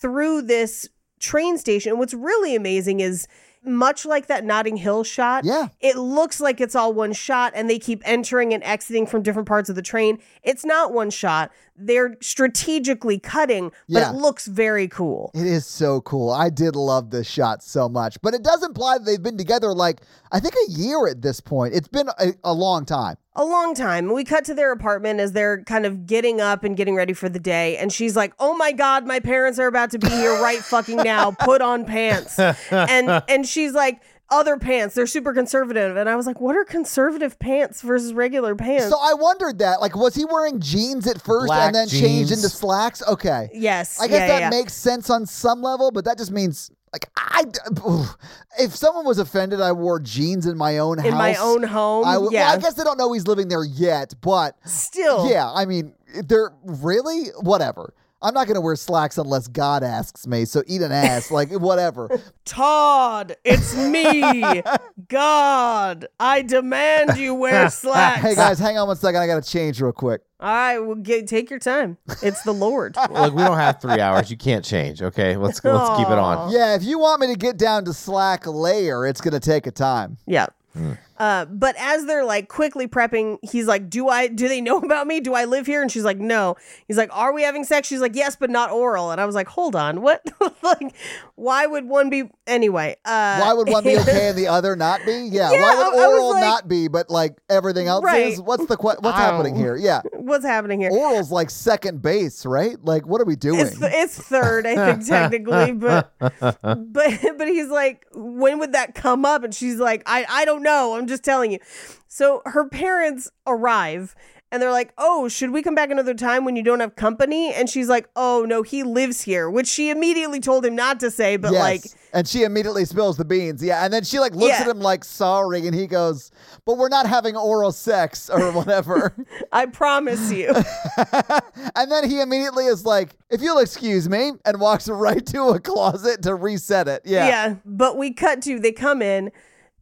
D: through this train station. And what's really amazing is much like that Notting Hill shot,
F: Yeah.
D: it looks like it's all one shot and they keep entering and exiting from different parts of the train. It's not one shot. They're strategically cutting, but
F: Yeah.
D: it looks very cool.
F: It is so cool. I did love this shot so much, but it does imply that they've been together like I think a year at this point. It's been a, a long time.
D: A long time. We cut to their apartment as they're kind of getting up and getting ready for the day. And she's like, Oh my God, my parents are about to be here right fucking now. Put on pants. And and she's like, other pants. They're super conservative. And I was like, what are conservative pants versus regular pants?
F: So I wondered that. Like, was he wearing jeans at first
E: Black
F: and then changed
E: jeans.
F: into slacks? Okay.
D: Yes.
F: I guess
D: Yeah,
F: that
D: yeah, yeah.
F: makes sense on some level, but that just means like I. oof. If someone was offended, I wore jeans in my own house.
D: in my own home.
F: I would-
D: yeah.
F: Well, I guess they don't know he's living there yet, but
D: Still.
F: yeah, I mean, they're really whatever. I'm not gonna wear slacks unless God asks me. So eat an ass, like whatever.
D: Todd, it's me. God, I demand you wear slacks.
F: hey guys, hang on one second. I gotta change real quick.
D: All right, well, get, take your time. It's the Lord.
E: Look, we don't have three hours. You can't change. Okay, let's let's keep it on.
F: Yeah, if you want me to get down to slack layer, it's gonna take a time.
D: Yeah.
F: Mm.
D: Uh, but as they're like quickly prepping, he's like, "Do I? Do they know about me? Do I live here?" And she's like, "No." He's like, "Are we having sex?" She's like, "Yes, but not oral." And I was like, "Hold on, what? like, why would one be anyway?" Uh,
F: Why would one be okay and the other not be? Yeah. why would
D: I- I was
F: oral
D: like-
F: not be, but like everything else
D: Right.
F: is? What's the que- what's happening here? Yeah.
D: What's happening here?
F: Oral's like second base, right? Like, what are we doing?
D: It's, it's third, I think, technically, but but but he's like, when would that come up? And she's like, I I don't know. I'm just telling you. So her parents arrive and they're like, oh, should we come back another time when you don't have company? And she's like, oh no, he lives here, which she immediately told him not to say, but
F: Yes.
D: like.
F: and she immediately spills the beans. Yeah, and then she like looks
D: Yeah.
F: at him like sorry, and he goes, "But we're not having oral sex or whatever."
D: I promise you.
F: and then he immediately is like, "If you'll excuse me," and walks right to a closet to reset it. Yeah,
D: yeah. But we cut to they come in.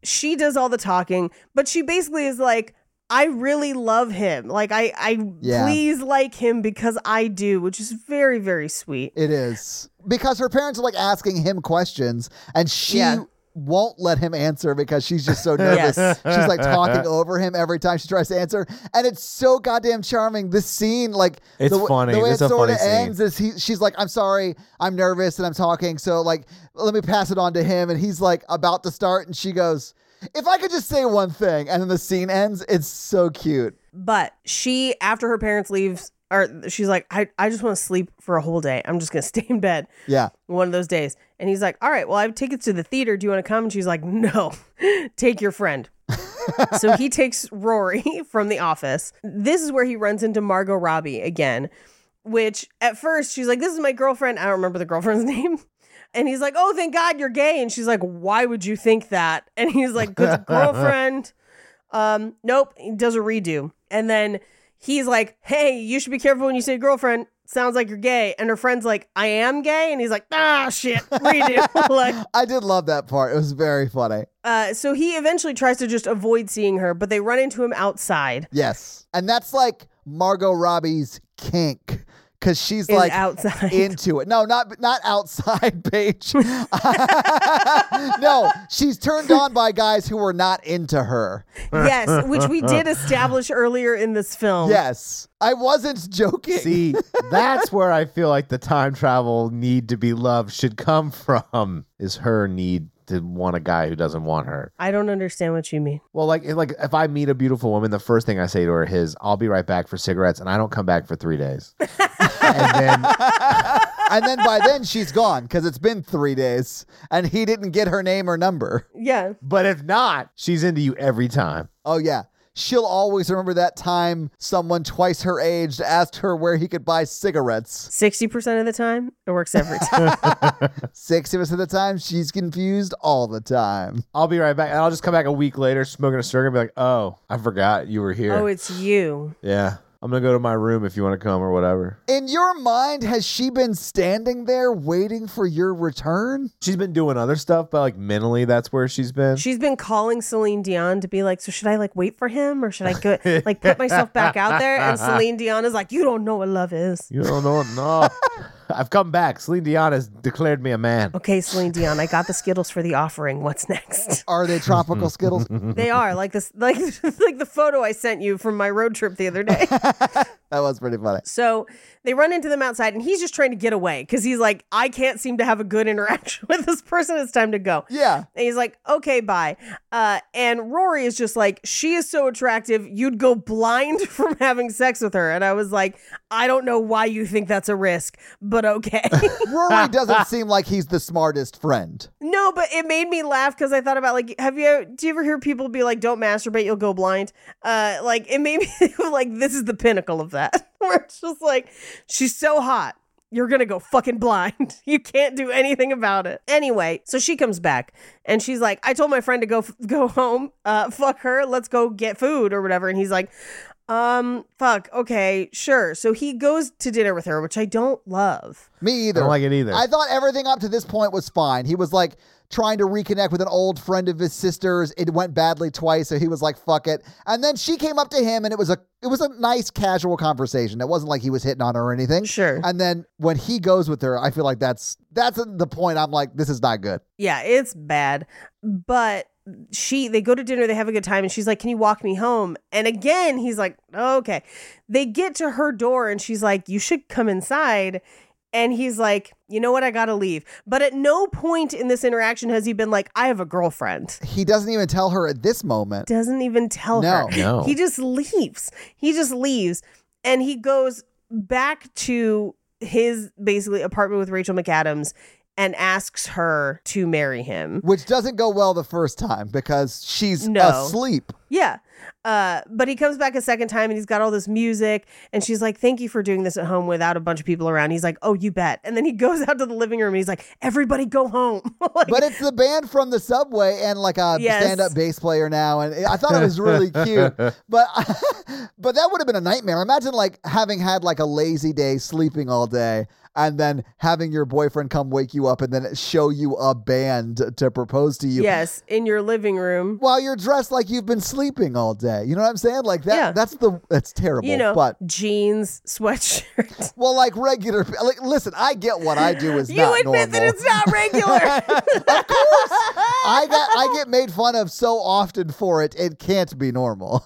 D: She does all the talking, but she basically is like, I really love him. Like I I
F: Yeah.
D: please like him because I do, which is very, very sweet.
F: it is because her parents are like asking him questions, and she.
D: Yeah.
F: Won't let him answer because she's just so nervous.
D: Yes.
F: She's like talking over him every time she tries to answer, and it's so goddamn charming. This scene, like
E: It's
F: the, w-
E: funny.
F: The way
E: It's
F: it
E: a
F: sort of
E: funny scene.
F: ends is he, she's like, I'm sorry, I'm nervous and I'm talking. So, like, let me pass it on to him. And he's like, about to start. And she goes, If I could just say one thing. And then the scene ends. It's so cute.
D: But she, after her parents leaves, or she's like, I, I just want to sleep for a whole day. I'm just gonna stay in bed.
F: Yeah.
D: one of those days. And he's like, All right, well, I have tickets to the theater. Do you want to come? And she's like, No, take your friend. so he takes Rory from the office. This is where he runs into Margot Robbie again, which at first she's like, This is my girlfriend. I don't remember the girlfriend's name. And he's like, Oh, thank God you're gay. And she's like, Why would you think that? And he's like, Good girlfriend. Um, nope, he does a redo. And then he's like, Hey, you should be careful when you say girlfriend. Sounds like you're gay. And her friend's like, I am gay. And he's like, Ah, shit, redo. like,
F: I did love that part. It was very funny.
D: uh, so he eventually tries to just avoid seeing her, but they run into him outside.
F: Yes. And that's like Margot Robbie's kink because she's
D: Is
F: like
D: outside.
F: into it. No, not not outside, Paige. no, she's turned on by guys who were not into her.
D: yes, which we did establish earlier in this film.
F: Yes. I wasn't joking.
E: See, that's where I feel like the time travel need to be loved should come from is her need to want a guy who doesn't want her.
D: I don't understand what you mean.
E: Well, like like if I meet a beautiful woman, the first thing I say to her is, "I'll be right back for cigarettes," and I don't come back for three days. and then
F: and then by then she's gone because it's been three days and he didn't get her name or number.
D: Yeah.
E: But if not, she's into you every time.
F: Oh, yeah. She'll always remember that time someone twice her age asked her where he could buy cigarettes.
D: 60% of the time, it works every time.
F: 60% of the time, she's confused all the time.
E: I'll be right back, and I'll just come back a week later smoking a cigarette and be like, "Oh, I forgot you were here."
D: oh, it's you.
E: yeah, I'm gonna go to my room if you want to come or whatever.
F: In your mind, has she been standing there waiting for your return?
E: She's been doing other stuff, but like mentally, that's where she's been.
D: She's been calling Celine Dion to be like, so should I like wait for him or should I go like put myself back out there? And Celine Dion is like, you don't know what love is.
E: you don't know, no. I've come back. Celine Dion has declared me a man.
D: Okay, Celine Dion, I got the Skittles for the offering. What's next?
F: Are they tropical Skittles?
D: They are like this, like like the photo I sent you from my road trip the other day.
F: That was pretty funny.
D: So they run into them outside, and he's just trying to get away because he's like, I can't seem to have a good interaction with this person. It's time to go.
F: Yeah.
D: And he's like, okay, bye. Uh, and Rory is just like, she is so attractive, you'd go blind from having sex with her. And I was like, I don't know why you think that's a risk, but okay.
F: Rory doesn't seem like he's the smartest friend.
D: No, but it made me laugh because I thought about like, have you do you ever hear people be like, "Don't masturbate, you'll go blind"? Uh, like it made me think of, like this is the pinnacle of that, where it's just like she's so hot, you're gonna go fucking blind. you can't do anything about it. Anyway, so she comes back and she's like, "I told my friend to go f- go home, uh, fuck her, let's go get food or whatever," and he's like. Um, fuck, okay, sure. So he goes to dinner with her, which I don't love.
F: Me either.
E: I don't like it either.
F: I thought everything up to this point was fine. He was like trying to reconnect with an old friend of his sister's. It went badly twice, so he was like, "Fuck it." And then she came up to him, and it was a it was a nice casual conversation. It wasn't like he was hitting on her or anything.
D: Sure.
F: And then when he goes with her, I feel like that's that's the point. I'm like, this is not good.
D: Yeah, it's bad. But she they go to dinner, they have a good time, and she's like, Can you walk me home? And again, he's like, Okay. They get to her door and she's like, You should come inside. And he's like, You know what? I gotta leave. But at no point in this interaction has he been like, I have a girlfriend.
F: He doesn't even tell her at this moment.
D: Doesn't even tell
F: No.
D: her.
E: No.
D: He just leaves. He just leaves. And he goes back to his basically apartment with Rachel McAdams and asks her to marry him.
F: Which doesn't go well the first time because she's
D: No.
F: asleep.
D: Yeah. Uh, but he comes back a second time and he's got all this music. And she's like, Thank you for doing this at home without a bunch of people around. He's like, Oh, you bet. And then he goes out to the living room and he's like, Everybody go home. like,
F: But it's the band from the subway and like a
D: Yes.
F: stand-up bass player now, and I thought it was really cute. But but that would have been a nightmare. Imagine like having had like a lazy day, sleeping all day, and then having your boyfriend come wake you up and then show you a band to propose to you.
D: yes, in your living room.
F: While you're dressed like you've been sleeping all day. You know what I'm saying? Like that.
D: Yeah.
F: That's the that's terrible.
D: You know,
F: but
D: jeans, sweatshirt.
F: well, like regular. Like listen, I get what I do is
D: You
F: not
D: admit
F: normal.
D: that it's not regular.
F: I got I get made fun of so often for it. It can't be normal.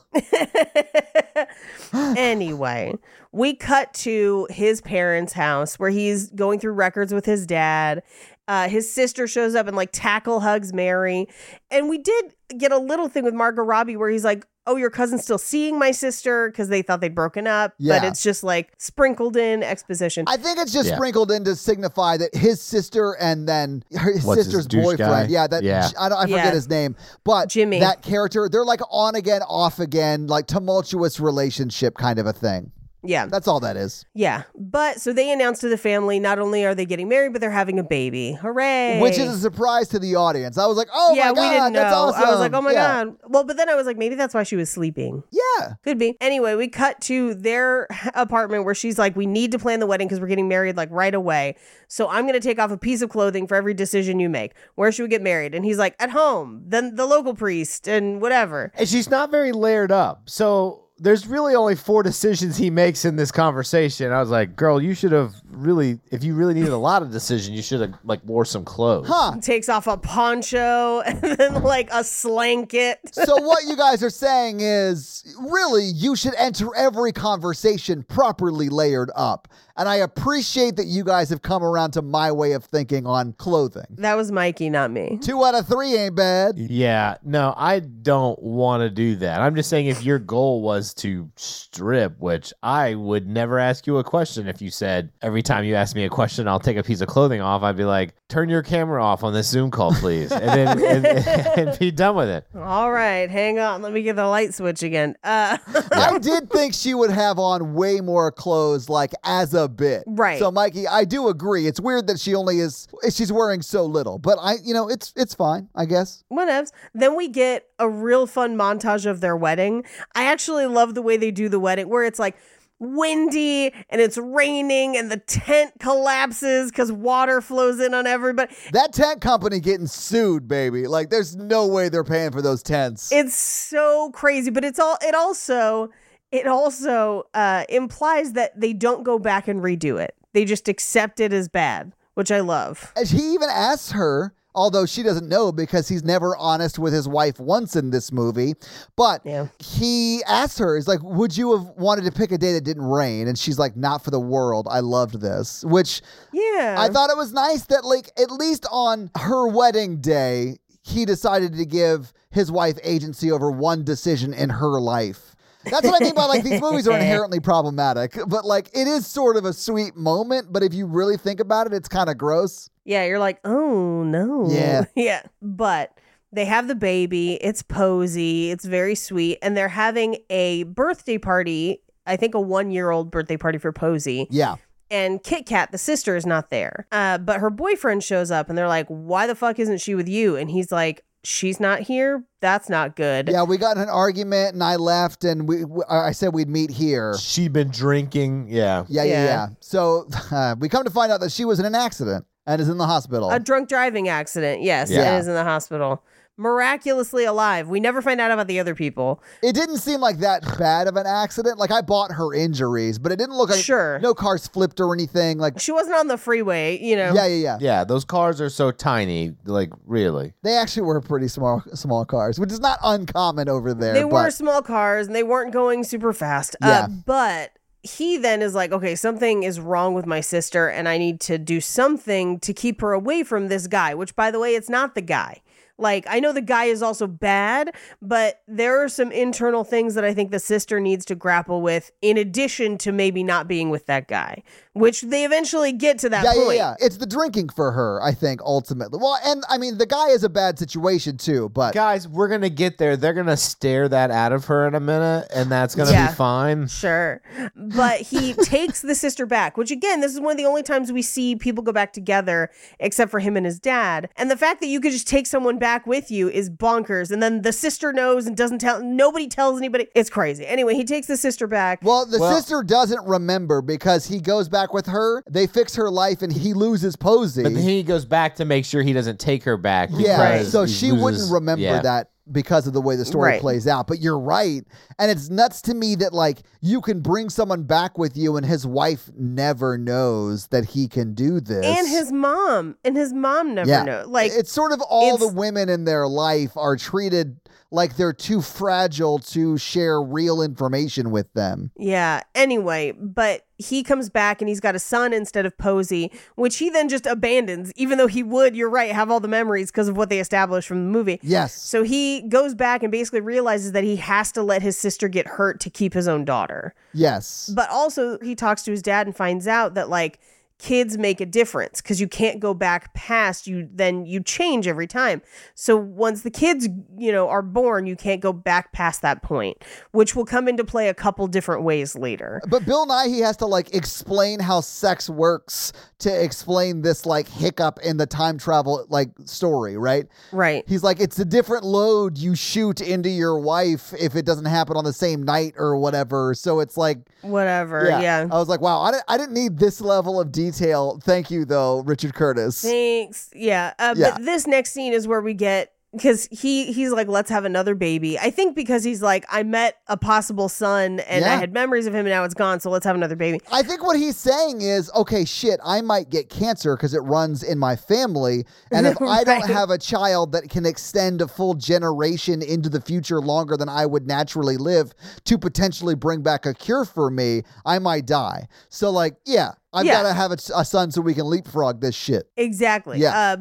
D: anyway, we cut to his parents' house where he's going through records with his dad. Uh, his sister shows up and like tackle hugs Mary. And we did get a little thing with Margot Robbie where he's like, Oh, your cousin's still seeing my sister because they thought they'd broken up. But
F: Yeah.
D: it's just like sprinkled in exposition.
F: I think it's just
E: Yeah.
F: sprinkled in to signify that his sister and then her his
E: What's his
F: sister's
E: douche
F: boyfriend.
E: guy?
F: Yeah, that
E: Yeah.
F: I don't I forget
D: Yeah.
F: his name, but
D: Jimmy.
F: that character. They're like on again, off again, like tumultuous relationship kind of a thing.
D: yeah.
F: That's all that is.
D: Yeah. But so they announced to the family not only are they getting married, but they're having a baby. Hooray.
F: Which is a surprise to the audience. I was like, oh
D: yeah,
F: my god,
D: we didn't know.
F: that's awesome.
D: I was like, oh my
F: Yeah.
D: god. Well, but then I was like, maybe that's why she was sleeping.
F: Yeah.
D: Could be. Anyway, we cut to their apartment where she's like, we need to plan the wedding because we're getting married like right away. So I'm going to take off a piece of clothing for every decision you make. Where should we get married? And he's like, at home, then the local priest and whatever.
E: And she's not very layered up. So there's really only four decisions he makes in this conversation. I was like, girl, you should have really, if you really needed a lot of decision, you should have like wore some clothes.
F: Huh.
D: Takes off a poncho and then like a slanket.
F: so what you guys are saying is really you should enter every conversation properly layered up and i appreciate that you guys have come around to my way of thinking on clothing
D: That was Mikey, not me.
F: two out of three ain't bad
E: Yeah, no, I don't want to do that. I'm just saying if your goal was to strip, which I would never ask you a question if you said every time you ask me a question, I'll take a piece of clothing off, I'd be like, "Turn your camera off on this Zoom call, please." And then and, and be done with it.
D: All right, hang on. Let me get the light switch again. Uh,
F: i did think she would have on way more clothes like as a bit
D: Right.
F: so mikey i do agree it's weird that she only is she's wearing so little but i you know it's it's fine i guess
D: whatevs. Then we get a real fun montage of their wedding. I actually love the way they do the wedding, where it's like windy and it's raining and the tent collapses because water flows in on everybody.
F: that tent company getting sued baby like there's no way they're paying for those tents
D: It's so crazy, but it's all. It also, it also uh, implies that they don't go back and redo it. They just accept it as bad, which I love.
F: And he even asks her, although she doesn't know because he's never honest with his wife once in this movie. But he asked her, he's like, Would you have wanted to pick a day that didn't rain? And she's like, Not for the world. I loved this. Which
D: Yeah.
F: I thought it was nice that, like, at least on her wedding day, he decided to give his wife agency over one decision in her life. That's what I mean by like these movies are inherently problematic, but like it is sort of a sweet moment. But if you really think about it, it's kind of gross.
D: Yeah, you're like, oh no.
F: Yeah.
D: yeah. But they have the baby. It's posy. It's very sweet. And they're having a birthday party. I think a one year old birthday party for Posy.
F: Yeah.
D: And Kit Kat, the sister, is not there. Uh, but her boyfriend shows up and they're like, why the fuck isn't she with you? And he's like, she's not here. That's not good.
F: Yeah, we got in an argument and I left and we, we I said we'd meet here.
E: She'd been drinking. Yeah.
F: Yeah, yeah,
D: Yeah.
F: yeah. So we come to find out that she was in an accident and is in the hospital.
D: A drunk driving accident. Yes.
F: Yeah.
D: And is in the hospital. Miraculously alive. We never find out about the other people.
F: it didn't seem like that bad of an accident. Like I bought her injuries, but it didn't look like
D: Sure.
F: no cars flipped or anything. Like
D: She wasn't on the freeway, you know.
F: yeah, yeah, yeah.
E: Yeah. Those cars are so tiny. Like, really.
F: They actually were pretty small small cars, which is not uncommon over there.
D: They
F: but
D: were small cars and they weren't going super fast.
F: Yeah.
D: Uh, but he then is like, okay, something is wrong with my sister and I need to do something to keep her away from this guy, which, by the way, it's not the guy. Like, I know the guy is also bad, but there are some internal things that I think the sister needs to grapple with in addition to maybe not being with that guy, which they eventually get to that
F: yeah, yeah,
D: point.
F: yeah. It's the drinking for her, I think, ultimately. Well, and I mean, the guy is a bad situation too, but
E: Guys, we're gonna get there. They're gonna stare that out of her in a minute, and that's gonna
D: Yeah.
E: be fine.
D: Sure. But he takes the sister back, which again, this is one of the only times we see people go back together except for him and his dad. And the fact that you could just take someone back with you is bonkers. And then the sister knows and doesn't tell nobody tells anybody. It's crazy. Anyway, he takes the sister back.
F: Well, the
E: Well-
F: sister doesn't remember because he goes back with her. They fix her life, and he loses Posey.
E: But then he goes back to make sure he doesn't take her back.
F: yeah,
E: because
F: so
E: he
F: she
E: loses-
F: wouldn't remember
E: yeah.
F: that because of the way the story
D: Right.
F: plays out. But you're right, and it's nuts to me that like you can bring someone back with you, and his wife never knows that he can do this.
D: and his mom. And his mom never know. Like
F: it's sort of all the
D: it's-
F: women in their life are treated like they're too fragile to share real information with them.
D: Yeah. Anyway, but he comes back and he's got a son instead of Posey, which he then just abandons, even though he would, you're right, have all the memories because of what they established from the movie.
F: Yes.
D: So he goes back and basically realizes that he has to let his sister get hurt to keep his own daughter.
F: Yes.
D: But also, he talks to his dad and finds out that, like, kids make a difference because you can't go back past you then you change every time so once the kids you know are born you can't go back past that point which will come into play a couple different ways later
F: But Bill Nye, he has to like explain how sex works to explain this like hiccup in the time travel like story, right?
D: Right.
F: He's like, it's a different load you shoot into your wife if it doesn't happen on the same night or whatever. So it's like,
D: Whatever. Yeah.
F: I was like, wow, I didn't, I didn't need this level of detail. Thank you, though, Richard Curtis.
D: Thanks. Yeah. Uh,
F: Yeah.
D: But this next scene is where we get because he he's like, let's have another baby. I think because he's like, I met a possible son and I
F: Yeah.
D: had memories of him and now it's gone, so let's have another baby.
F: I think what he's saying is, okay, shit, I might get cancer because it runs in my family. And if I
D: Right.
F: don't have a child that can extend a full generation into the future longer than I would naturally live to potentially bring back a cure for me, I might die. So, like, yeah, I've
D: Yeah.
F: got to have a, a son so we can leapfrog this shit.
D: Exactly.
F: Yeah.
D: Uh,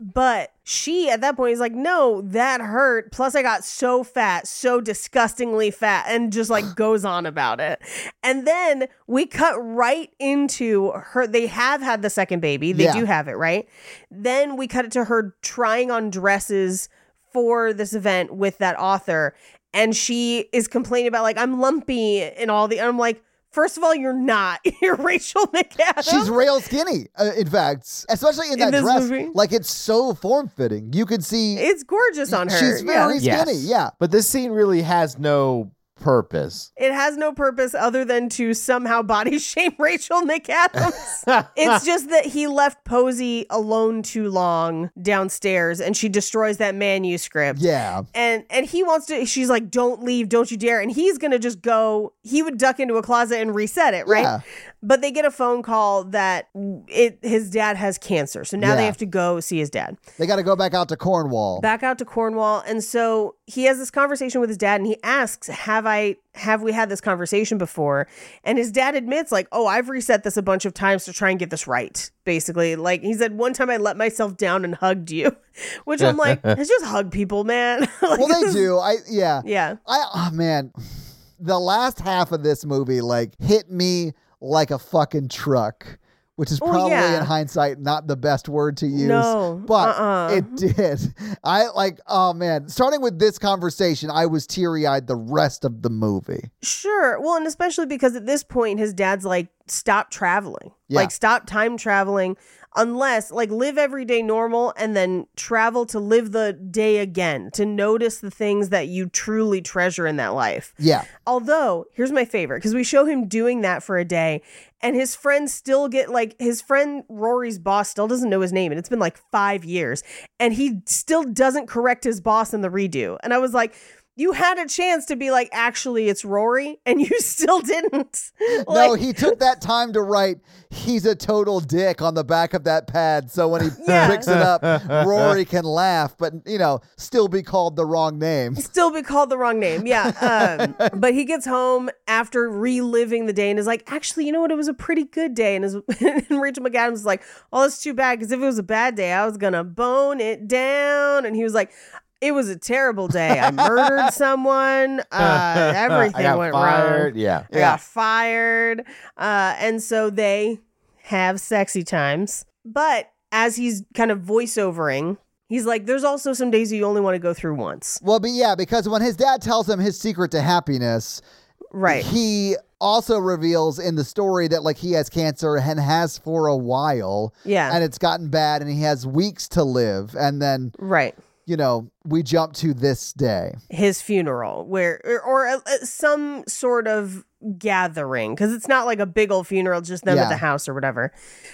D: but she at that point is like, no, that hurt. Plus, I got so fat, so disgustingly fat, and just like goes on about it. And then we cut right into her. They have had the second baby. They
F: Yeah.
D: do have it, right? Then we cut it to her trying on dresses for this event with that author. And she is complaining about, like, I'm lumpy and all the. And I'm like, first of all, you're not. You're Rachel McAdams.
F: She's real skinny, uh, in fact, especially in
D: In
F: that
D: this
F: dress.
D: movie?
F: Like, it's so form fitting. You can see
D: it's gorgeous on her.
F: she's
D: yeah.
F: very skinny. Yeah.
E: But this scene really has no purpose?
D: It has no purpose other than to somehow body shame Rachel McAdams. it's just that he left Posey alone too long downstairs and she destroys that manuscript.
F: Yeah.
D: And and he wants to she's like, Don't leave, don't you dare. And he's gonna just go, he would duck into a closet and reset it, right?
F: Yeah.
D: But they get a phone call that it his dad has cancer. So now they
F: Yeah.
D: have to go see his dad
F: They got to go back out to Cornwall.
D: back out to Cornwall. And so he has this conversation with his dad and he asks, Have I have we had this conversation before? And his dad admits, like, oh, I've reset this a bunch of times to try and get this right, basically. Like he said, one time I let myself down and hugged you. Which I'm like, it's just hug people, man. Like,
F: well, they
D: this-
F: do. I yeah.
D: Yeah.
F: I oh man, the last half of this movie like hit me like a fucking truck, which is
D: Well,
F: probably
D: Oh, yeah.
F: in hindsight not the best word to use.
D: No,
F: but
D: uh-uh.
F: it did. I like oh man, starting with this conversation, I was teary eyed the rest of the movie.
D: Sure. Well, and especially because at this point his dad's like, stop traveling.
F: Yeah.
D: Like stop time traveling unless like live every day normal and then travel to live the day again, to notice the things that you truly treasure in that life.
F: Yeah,
D: Although, here's my favorite because we show him doing that for a day and his friends still get like his friend Rory's boss still doesn't know his name and it's been like 5 years and he still doesn't correct his boss in the redo. And I was like you had a chance to be like actually it's Rory and you still didn't.
F: no, he took that time to write. He's a total dick on the back of that pad, so when he
D: Yeah.
F: picks it up, Rory can laugh, but you know, still be called the wrong name.
D: still be called the wrong name. Yeah. Um, but he gets home after reliving the day and is like, actually, you know what? It was a pretty good day. And, his, and Rachel McAdams is like, oh, that's too bad. Because if it was a bad day, I was going to bone it down. And he was like, it was a terrible day. I murdered someone. Uh, everything
E: I got
D: went
E: fired.
D: wrong.
E: Yeah.
D: I got fired. Uh, and so they have sexy times. But as he's kind of voiceovering, he's like, there's also some days you only want to go through once.
F: Well, but yeah, because when his dad tells him his secret to happiness,
D: Right.
F: he also reveals in the story that like he has cancer and has for a while.
D: Yeah.
F: And it's gotten bad and he has weeks to live. And then,
D: Right.
F: you know, we jump to this day.
D: His funeral, where, or, or uh, uh, some sort of gathering, because it's not like a big old funeral, just them at
F: Yeah.
D: the house or whatever.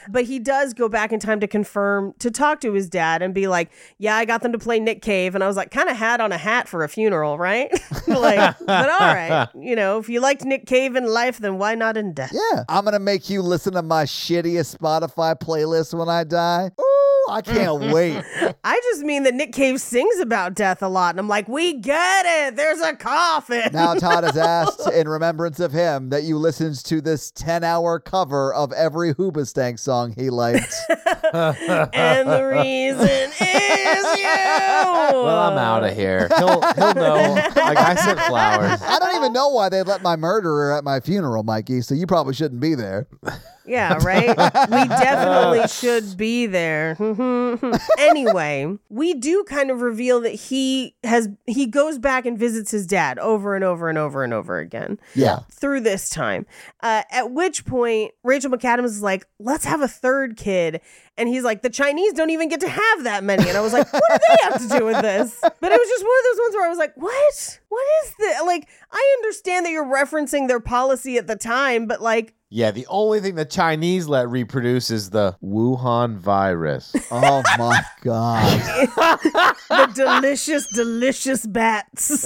D: But he does go back in time to confirm, to talk to his dad and be like, Yeah, I got them to play Nick Cave. And I was like, kind of had on a hat for a funeral, right? like, but all right. You know, if you liked Nick Cave in life, then why not in death?
F: Yeah. I'm going to make you listen to my shittiest Spotify playlist when I die. Ooh, I can't wait.
D: I just mean that Nick Cave sings about death a lot. And I'm like, We get it. There's a coffin.
F: Now Todd has asked in remembrance of him that you listened to this 10 hour cover of every Hoobastank song he liked.
D: and the reason is you.
E: Well, I'm out of here. He'll he'll know. like I sent flowers.
F: I don't even know why they let my murderer at my funeral, Mikey. So you probably shouldn't be there.
D: Yeah, right? we definitely should be there. anyway, we do kind of reveal that he has he goes back and visits his dad over and over and over and over again.
F: Yeah.
D: Through this time. Uh, at which point Rachel McAdams is like, let's have a third kid. And he's like, the Chinese don't even get to have that many. And I was like, what do they have to do with this? But it was just one of those ones where I was like, what? What is this? Like, I understand that you're referencing their policy at the time, but like,
E: Yeah, the only thing the Chinese let reproduce is the Wuhan virus.
F: Oh my god.
D: the delicious, delicious bats.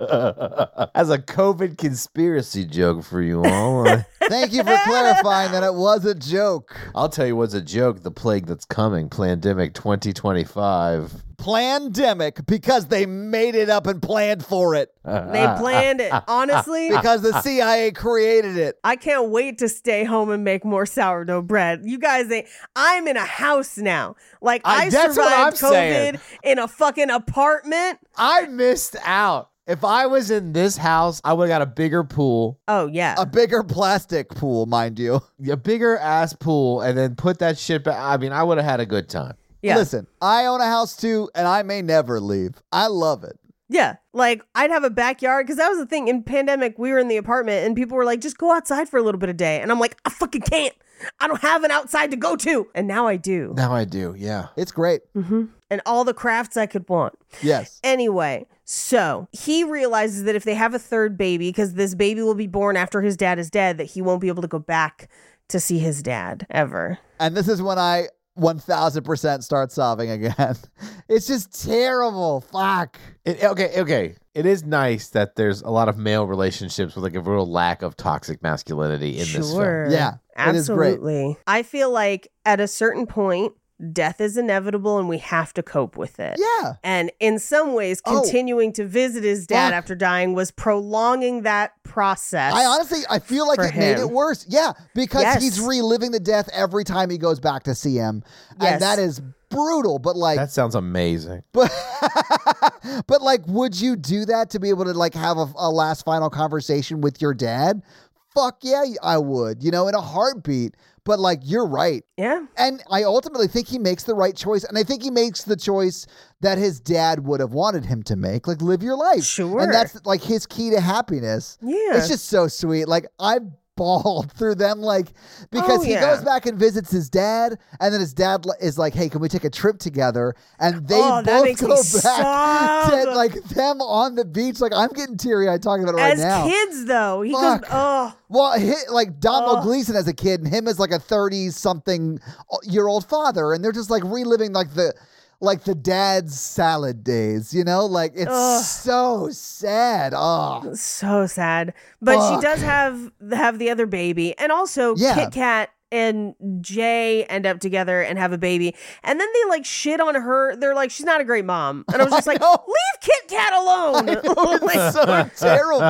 E: As a COVID conspiracy joke for you all,
F: Thank you for clarifying that it was a joke.
E: I'll tell you what's a joke: the plague that's coming, pandemic 2025.
F: Plandemic because they made it up and planned for it.
D: They planned it. Honestly,
F: Because the CIA created it.
D: I can't wait to stay home and make more sourdough bread. You guys ain't. I'm in a house now. Like I,
E: I- that's what
D: survived
E: I'm
D: COVID
E: saying.
D: in a fucking apartment.
E: I missed out. If I was in this house, I would have got a bigger pool,
D: Oh yeah.
E: Uh,
F: A bigger plastic pool, mind you.
E: a bigger ass pool, and then put that shit back. I mean, I would have had a good time.
D: yeah.
F: Listen, I own a house too, and I may never leave. I love it.
D: Yeah. Like I'd have a backyard because that was the thing in pandemic. We were in the apartment and people were like, just go outside for a little bit a day. And I'm like, I fucking can't. I don't have an outside to go to. And now I do.
E: Now I do. Yeah.
F: It's great.
D: And all the crafts I could want.
F: Yes.
D: Anyway, So he realizes that if they have a third baby, because this baby will be born after his dad is dead, that he won't be able to go back to see his dad ever.
F: And this is when I 1000% start sobbing again. It's just terrible. Fuck.
E: Oh, It, okay, okay. It is nice that there's a lot of male relationships with like a real lack of toxic masculinity in this film.
D: Sure.
F: Yeah, it is great.
D: Absolutely. I feel like at a certain point, death is inevitable and we have to cope with it.
F: Yeah.
D: And in some ways,
F: Oh.
D: continuing to visit his dad
F: Fuck.
D: after dying was prolonging that process.
F: I honestly, I feel like
D: for
F: it made
D: him.
F: it worse. Yeah, because
D: Yes.
F: he's reliving the death every time he goes back to see him,
D: Yes.
F: and that is brutal. But like,
E: That sounds amazing.
F: but, but like, would you do that to be able to like have a, a last final conversation with your dad? Fuck yeah, I would. You know, in a heartbeat. But like, you're right.
D: yeah.
F: And I ultimately think he makes the right choice. And I think he makes the choice that his dad would have wanted him to make. Like, live your life.
D: Sure.
F: And that's like his key to happiness.
D: Yeah.
F: It's just so sweet. Like, I bawled through them. Like, because
D: Oh,
F: he
D: yeah.
F: goes back and visits his dad. And then his dad li- is like, hey, can we take a trip together? And they
D: Oh, that
F: both
D: makes
F: go
D: me
F: back to
D: sob.
F: like them on the beach. Like, I'm getting teary eyed talking about it right
D: As
F: now.
D: kids, though, he
F: Fuck.
D: goes, oh,
F: Well, hi like Donald
D: Ugh.
F: Gleason as a kid, and him as like a thirty-something year old father, and they're just like reliving like the like the dad's salad days, you know? Like it's
D: Ugh.
F: so sad. Oh,
D: so sad. But
F: Fuck.
D: she does have have the other baby, and also
F: Yeah.
D: Kit Kat and Jay end up together and have a baby, and then they like shit on her. They're like, she's not a great mom, and I was just like,
F: know.
D: leave Kit Kat alone. Like,
F: terrible.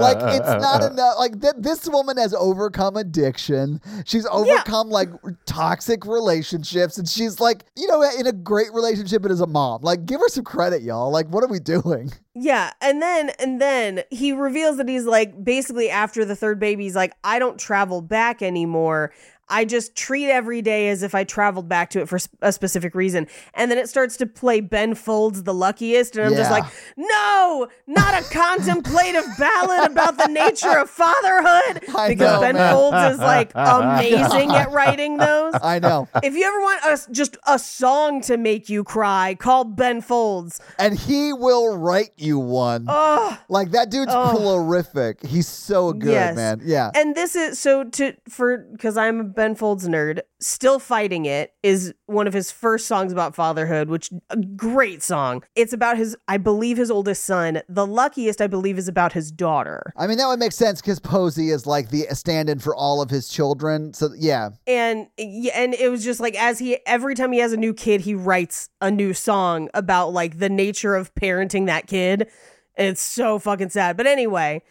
F: like it's not enough. Like th- this woman has overcome addiction. She's overcome like toxic relationships, and she's like, you know, in a great relationship and as a mom. Like, give her some credit, y'all. Like, what are we doing?
D: Yeah, and then and then he reveals that he's like basically after the third baby, he's like, I don't travel back anymore. I just treat every day as if I traveled back to it for s- a specific reason. And then it starts to play Ben Folds the luckiest, and I'm just
F: Yeah.
D: like, no, not a contemplative ballad about the nature of fatherhood.
F: I
D: Because
F: know,
D: Ben
F: man.
D: Folds is like amazing at writing those.
F: I know.
D: If you ever want us just a song to make you cry, call Ben Folds.
F: and he will write you one.
D: Ugh.
F: like that dude's prolific. He's so good,
D: Oh. Yes.
F: man. Yeah.
D: And this is so to for because I'm a Ben Folds nerd. Still fighting it is one of his first songs about fatherhood, which a great song. It's about his, I believe, his oldest son. The luckiest, I believe, is about his daughter.
F: I mean, that would make sense because Posey is like the stand-in for all of his children. So yeah,
D: And yeah, and it was just like as he every time he has a new kid, he writes a new song about like the nature of parenting that kid. It's so fucking sad. But anyway,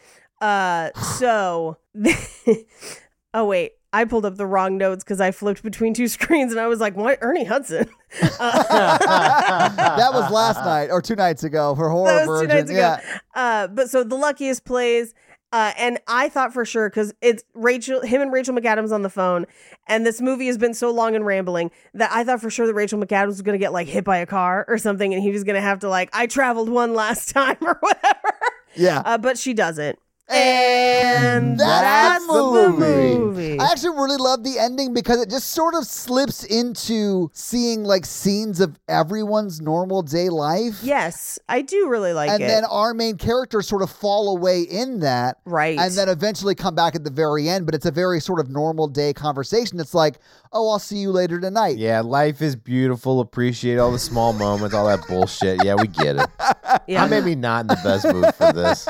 D: uh, so oh wait, I pulled up the wrong notes because I flipped between two screens and I was like, "What, Ernie Hudson?" Uh,
F: that was last night or two nights ago for horror
D: that was
F: version.
D: two nights ago.
F: Yeah.
D: Uh, but so the luckiest plays. Uh, and I thought for sure because it's Rachel, him and Rachel McAdams on the phone, and this movie has been so long and rambling that I thought for sure that Rachel McAdams was gonna get like hit by a car or something, and he was gonna have to like I traveled one last time or whatever.
F: Yeah.
D: Uh, but she doesn't.
F: And
D: that's the movie.
F: I actually really love the ending because it just sort of slips into seeing like scenes of everyone's normal day life.
D: Yes, I do really like
F: and
D: it.
F: then our main characters sort of fall away in that
D: Right.
F: and then eventually come back at the very end but it's a very sort of normal day conversation it's like oh i'll see you later tonight
E: Yeah, life is beautiful. Appreciate all the small moments, all that bullshit. Yeah, we get it.
D: Yeah.
E: I'm maybe not in the best mood for this.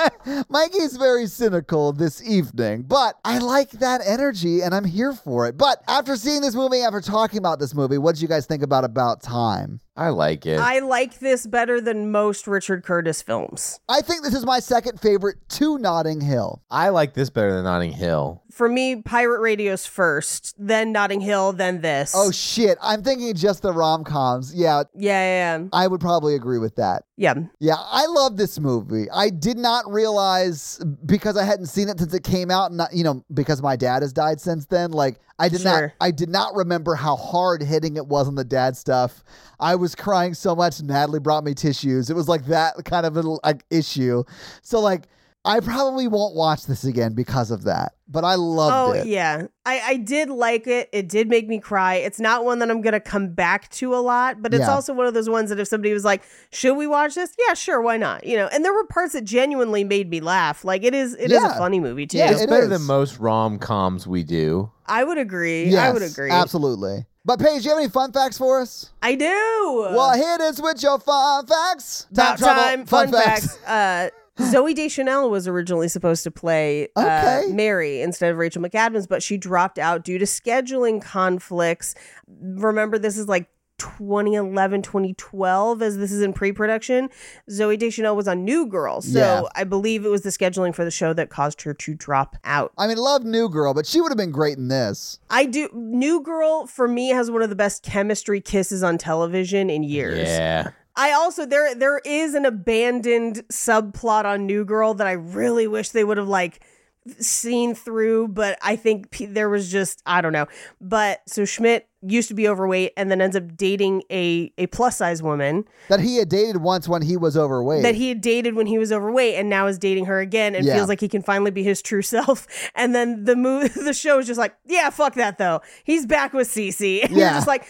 F: mikey's very cynical this evening but i like that energy and i'm here for it but after seeing this movie after talking about this movie what did you guys think about about time
E: I like it.
D: I like this better than most Richard Curtis films.
F: i think this is my second favorite to notting hill
E: I like this better than Notting Hill.
D: For me, Pirate Radio's first, then Notting Hill, then this.
F: oh shit i'm thinking just the rom-coms yeah
D: yeah, yeah,
F: i would probably agree with that
D: yeah. yeah.
F: Yeah, I love this movie. I did not realize because I hadn't seen it since it came out, and not, you know, because my dad has died since then. Like, I did not,
D: Sure.
F: I did not remember how hard hitting it was on the dad stuff. I was crying so much. Natalie brought me tissues. It was like that kind of a, like issue. So like. I probably won't watch this again because of that, but I loved
D: oh
F: it.
D: yeah, I I did like it. It did make me cry. It's not one that I'm gonna come back to a lot, but it's
F: Yeah.
D: also one of those ones that if somebody was like, "Should we watch this?" Yeah, sure, why not? You know, and there were parts that genuinely made me laugh. Like it is, it is
F: Yeah.
D: a funny movie too.
F: Yeah,
E: it's
F: it
E: better
F: is.
E: than most rom coms we do.
D: I would agree. I would
F: Yes,
D: agree.
F: Absolutely. But Paige, do you have any fun facts for us?
D: I do.
F: Well, hit us with your fun facts.
D: About
F: trouble,
D: Uh, time, fun, facts. Uh, Zoe Deschanel was originally supposed to play uh,
F: Okay.
D: Mary instead of Rachel McAdams, but she dropped out due to scheduling conflicts. Remember, this is like 2011, 2012, as this is in pre production. Zoe Deschanel was on New Girl. So
F: Yeah.
D: I believe it was the scheduling for the show that caused her to drop out.
F: I mean, love New Girl, but she would have been great in this.
D: I do. New Girl, for me, has one of the best chemistry kisses on television in years.
E: Yeah.
D: I also there there is an abandoned subplot on New Girl that I really wish they would have like seen through, but I think p- there was just I don't know. But so Schmidt used to be overweight and then ends up dating a a plus size woman
F: That he had dated once when he was overweight.
D: that he had dated when he was overweight and now is dating her again and
F: Yeah.
D: feels like he can finally be his true self. And then the move the show is just like, yeah, fuck that though. He's back with Cece. And
F: Yeah.
D: you're just like,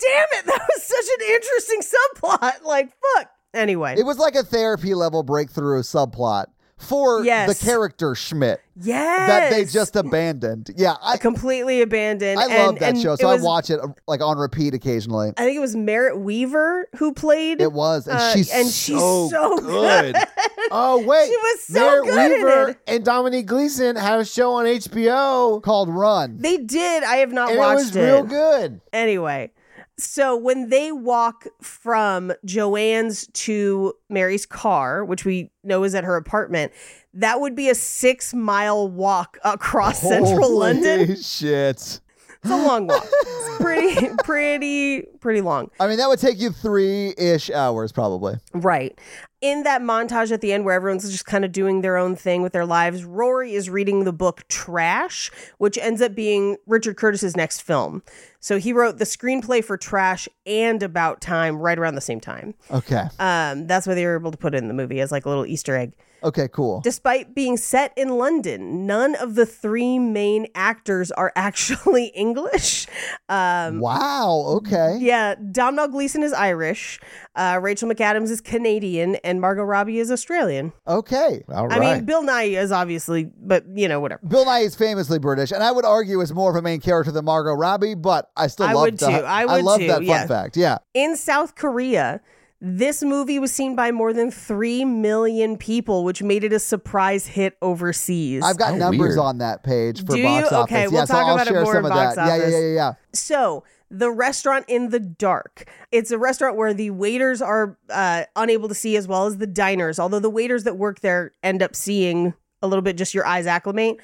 D: damn it, that was such an interesting subplot. Like, fuck. Anyway.
F: it was like a therapy level breakthrough subplot for
D: Yes.
F: the character Schmidt
D: Yes.
F: that they just abandoned. Yeah, I,
D: completely abandoned.
F: I
D: and,
F: love that
D: and
F: show,
D: it
F: so
D: was-
F: I watch it uh, like on repeat occasionally.
D: I think it was Merritt Weaver who played.
F: It was, and
D: uh,
F: she's
D: and she's
E: so
D: so
E: good.
D: good.
E: Oh wait,
D: She was so
E: Merritt
D: good in
E: Weaver
D: it.
E: and Dominique Gleason have a show on HBO,
F: called Run.
D: They did. I have not
E: and it was
D: watched it.
E: real good.
D: Anyway, so when they walk from Joanne's to Mary's car, which we know is at her apartment, that would be a six mile walk across central
F: Holy
D: London.
F: Shit.
D: It's a long walk. It's pretty, pretty, pretty long.
F: I mean, that would take you three ish hours probably.
D: Right. In that montage at the end where everyone's just kind of doing their own thing with their lives, Rory is reading the book Trash, which ends up being Richard Curtis's next film. So he wrote the screenplay for Trash and About Time right around the same time.
F: Okay.
D: Um, that's why they were able to put it in the movie as like a little Easter egg.
F: Okay, cool.
D: Despite being set in London, none of the three main actors are actually English. Um,
F: wow. Okay.
D: yeah, Domhnall Gleeson is Irish, uh, Rachel McAdams is Canadian, and Margot Robbie is Australian.
F: Okay.
E: All
D: I
E: right.
D: mean, Bill Nye is obviously, but you know, whatever.
F: Bill Nye is famously British, and I would argue is more of a main character than Margot Robbie, but I still
D: I
F: love
D: would
F: the-
D: too. I would
F: love
D: too,
F: that fun
D: yeah.
F: fact. Yeah.
D: In South Korea, this movie was seen by more than 3 million people, which made it a surprise hit overseas.
F: I've got
E: Oh,
F: numbers
E: weird.
F: on that page for
D: Do
F: box
D: you?
F: office.
D: Okay,
F: yeah,
D: we'll
F: so
D: talk
F: I'll
D: about it
F: share
D: more
F: some
D: in
F: of
D: box
F: that. Yeah, yeah,
D: office.
F: yeah, yeah,
D: So, the restaurant in the dark. It's a restaurant where the waiters are uh, unable to see as well as the diners, although the waiters that work there end up seeing a little bit, just your eyes acclimate.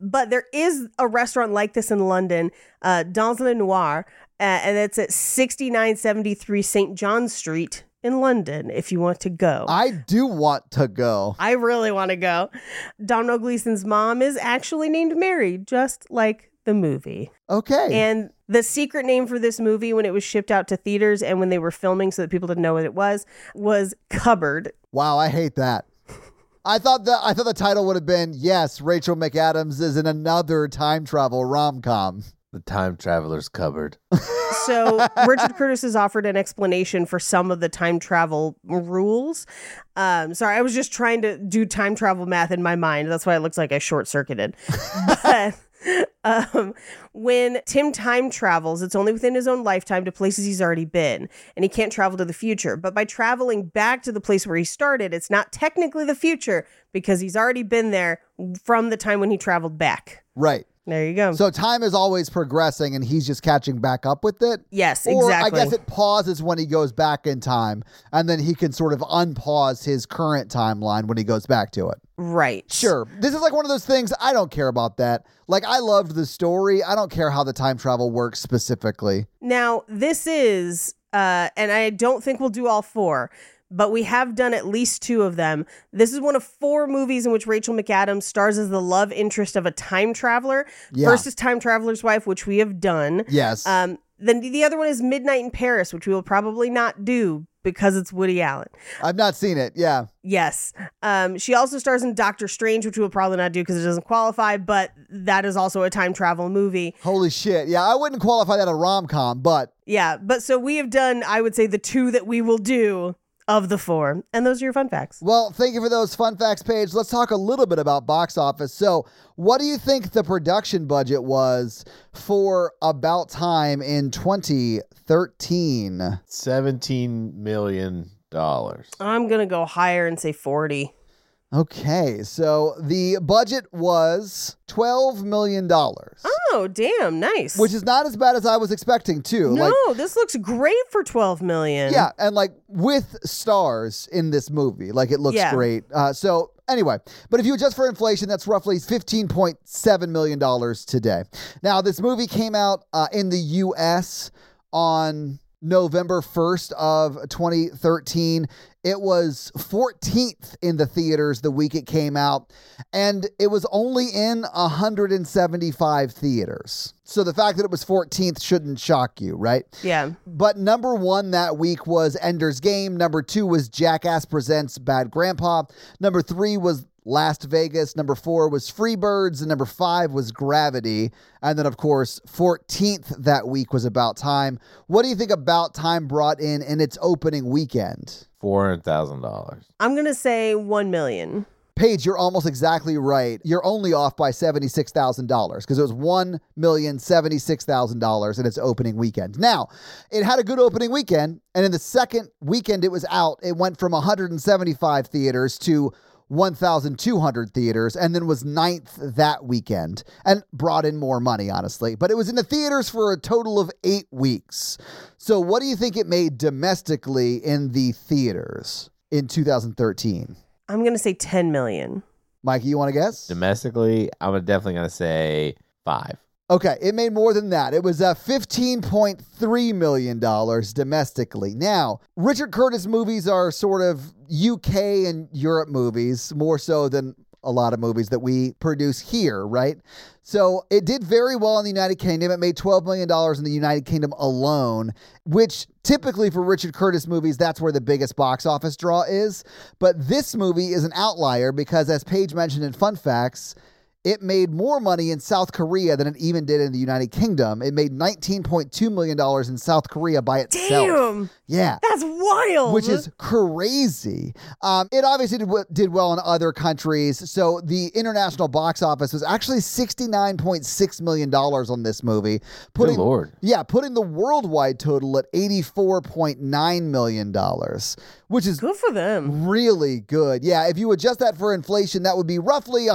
D: But there is a restaurant like this in London, uh, Dans le Noir, uh, and it's at 6973 St. John Street in London if you want to go.
F: I do want to go.
D: I really want to go. Domino Gleason's mom is actually named Mary, just like the movie.
F: Okay.
D: And the secret name for this movie when it was shipped out to theaters and when they were filming so that people didn't know what it was was Cupboard.
F: wow, I hate that. I thought the I thought the title would have been yes, Rachel McAdams is in another time travel rom com.
E: the time traveler's cupboard.
D: So Richard Curtis has offered an explanation for some of the time travel rules. Um, sorry, I was just trying to do time travel math in my mind. That's why it looks like I short circuited. but um, when Tim time travels, it's only within his own lifetime to places he's already been, and he can't travel to the future. But by traveling back to the place where he started, it's not technically the future because he's already been there from the time when he traveled back.
F: Right.
D: There you go.
F: So time is always progressing, and he's just catching back up with it.
D: yes,
F: Or
D: exactly.
F: I guess it pauses when he goes back in time, and then he can sort of unpause his current timeline when he goes back to it.
D: right.
F: Sure. This is like one of those things I don't care about that. Like I loved the story. I don't care how the time travel works specifically.
D: Now, this is, uh, and I don't think we'll do all four, but we have done at least two of them. This is one of four movies in which Rachel McAdams stars as the love interest of a time traveler.
F: Yeah.
D: First is Time Traveler's Wife, which we have done.
F: Yes.
D: Um, Then the other one is Midnight in Paris, which we will probably not do because it's Woody Allen.
F: I've not seen it. Yeah.
D: Yes. Um, she also stars in Doctor Strange, which we'll probably not do because it doesn't qualify, but that is also a time travel movie.
F: Holy shit. Yeah, I wouldn't qualify that a rom com, but
D: Yeah. But so we have done, I would say, the two that we will do of the four. And those are your fun facts.
F: Well, thank you for those fun facts, Paige. Let's talk a little bit about box office. So, what do you think the production budget was for About Time in 2013?
E: Seventeen million dollars.
D: I'm going to go higher and say 40.
F: Okay, so the budget was $12 million,
D: Oh, damn. Nice.
F: which is not as bad as I was expecting, too.
D: no,
F: Like,
D: this looks great for 12 million.
F: yeah, and like with stars in this movie, like it looks
D: Yeah.
F: great. Uh, so, anyway, but if you adjust for inflation, that's roughly $15.7 million today. Now, this movie came out uh, in the US on November 1st of 2013. It was 14th in the theaters the week it came out, and it was only in 175 theaters. So the fact that it was 14th shouldn't shock you, right?
D: Yeah.
F: But number one that week was Ender's Game. Number two was Jackass Presents Bad Grandpa. Number three was Las Vegas. Number four was Freebirds. And number five was Gravity. And then, of course, 14th that week was About Time. What do you think About Time brought in in its opening weekend?
E: Four hundred thousand dollars.
D: I'm going to say 1 million.
F: Paige, you're almost exactly right. You're only off by $76,000 because it was $1,076,000 in its opening weekend. Now, it had a good opening weekend, and in the second weekend it was out, it went from 175 theaters to 1,200 theaters and then was ninth that weekend and brought in more money, honestly. But it was in the theaters for a total of eight weeks. So, what do you think it made domestically in the theaters in 2013?
D: I'm going to say 10 million.
F: Mikey, you want to guess?
E: Domestically, I'm definitely gonna say five.
F: Okay, it made more than that. It was uh, $15.3 million domestically. Now, Richard Curtis movies are sort of UK and Europe movies, more so than a lot of movies that we produce here, right? So it did very well in the United Kingdom. It made $12 million in the United Kingdom alone, which typically for Richard Curtis movies, that's where the biggest box office draw is. But this movie is an outlier because, as Paige mentioned in Fun Facts, it made more money in South Korea than it even did in the United Kingdom. It made $19.2 million in South Korea by itself.
D: Damn.
F: Yeah.
D: That's wild.
F: Which is crazy. Um, it obviously did, w- did well in other countries. So the international box office was actually $69.6 million on this movie. Putting,
E: lord.
F: Yeah, putting the worldwide total at $84.9 million, which is
D: good for them.
F: really good. Yeah, if you adjust that for inflation, that would be roughly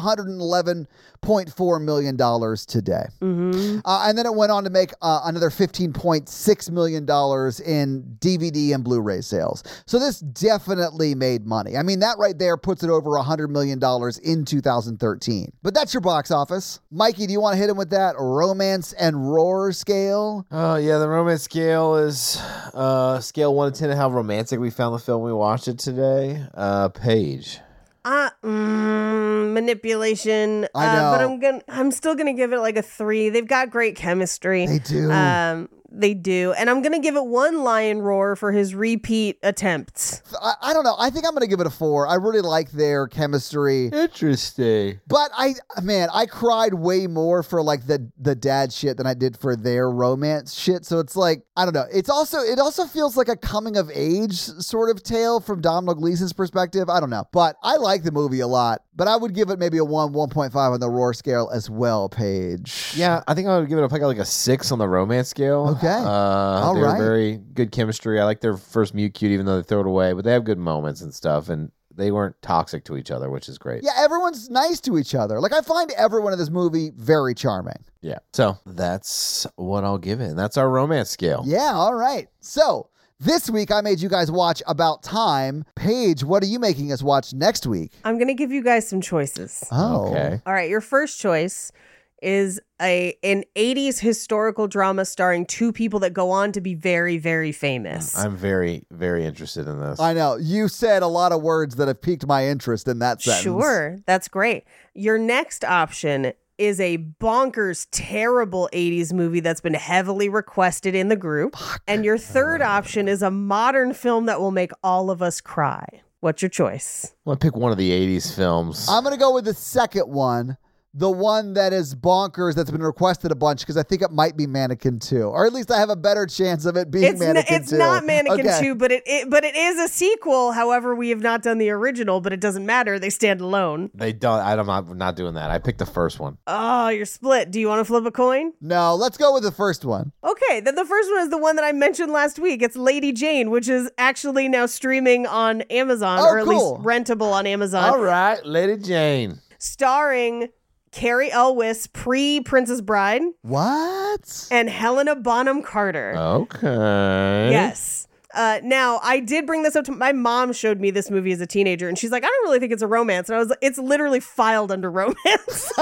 F: $111.4 million today. Uh, and then it went on to make uh, another $15.6 million in DVD and Blu ray sales. So this definitely made money. I mean, that right there puts it over $100 million in 2013. But that's your box office. Mikey, do you want to hit him with that romance and roar scale?
E: Oh yeah, the romance scale is uh scale one to ten. How romantic we found the film we watched it today. Uh, Paige.
D: Uh, mm, manipulation.
F: I
D: Uh, but
F: know.
D: I'm gonna. I'm still gonna give it like a three. They've got great chemistry.
F: They do.
D: Um, they do, and I'm gonna give it one lion roar for his repeat attempts.
F: I, I don't know. I think I'm going to give it a four. I really like their chemistry.
E: Interesting.
F: But I, man, I cried way more for like the the dad shit than I did for their romance shit. So it's like I don't know. It's also it also feels like a coming of age sort of tale from Domhnall Gleeson's perspective. I don't know, but I like the movie a lot. But I would give it maybe a one one point five on the roar scale as well, Paige.
E: Yeah, I think I would give it a, like like a six on the romance scale.
F: Okay.
E: Uh,
F: All
E: they were
F: right.
E: very good chemistry. I like their first mute cute, even though they throw it away. But they have good moments and stuff, and they weren't toxic to each other, which is great.
F: Yeah, everyone's nice to each other. Like I find everyone in this movie very charming.
E: Yeah. So that's what I'll give it. And that's our romance scale.
F: Yeah, all right. So this week I made you guys watch About Time. Paige, what are you making us watch next week?
D: I'm gonna give you guys some choices.
F: Oh.
E: Okay.
D: All right, your first choice is a an 80s historical drama starring two people that go on to be very, very famous.
E: I'm very, very interested in this.
F: I know. You said a lot of words that have piqued my interest in that sentence.
D: Sure, that's great. Your next option is a bonkers, terrible 80s movie that's been heavily requested in the group. And your third option is a modern film that will make all of us cry. What's your choice?
E: I'm gonna pick one of the '80s films.
F: I'm going to go with the second one, the one that is bonkers that's been requested a bunch because I think it might be Mannequin 2, or at least I have a better chance of it being
D: It's, n-
F: Mannequin
D: it's
F: 2.
D: not Mannequin
F: Okay.
D: 2, but it, it but it is a sequel. However, we have not done the original, but it doesn't matter. They stand alone.
E: they don't. I'm not, I'm not doing that. I picked the first one.
D: Oh, you're split. Do you want to flip a coin?
F: No, let's go with the first one.
D: Okay, then the first one is the one that I mentioned last week. It's Lady Jane, which is actually now streaming on Amazon,
E: Oh,
D: or at
E: cool.
D: least rentable on
F: Uh,
D: Amazon.
E: All right, Lady Jane.
D: starring Carrie Elwes, pre Princess Bride.
F: What?
D: And Helena Bonham Carter.
E: Okay.
D: Yes. Uh, now I did bring this up to my mom. Showed me this movie as a teenager, and she's like, "I don't really think it's a romance." And I was, like, "It's literally filed under romance."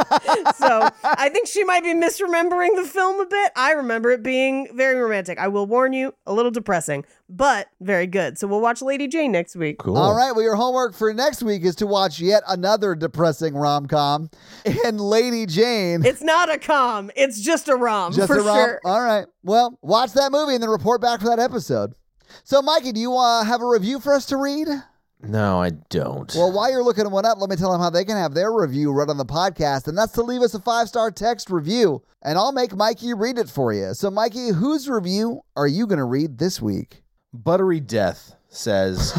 D: so I think she might be misremembering the film a bit. I remember it being very romantic. I will warn you, a little depressing, but very good. So we'll watch Lady Jane next week.
F: All right. Well, your homework for next week is to watch yet another depressing rom com and Lady Jane.
D: It's not a com. It's just a rom
F: Just
D: for
F: a rom- Oh.
D: sure.
F: All right. Well, watch that movie and then report back for that episode. So, Mikey, do you uh, have a review for us to read?
E: No, I don't.
F: Well, while you're looking one up, let me tell them how they can have their review read on the podcast, and that's to leave us a five star text review, and I'll make Mikey read it for you. So, Mikey, whose review are you going to read this week?
E: Buttery Death says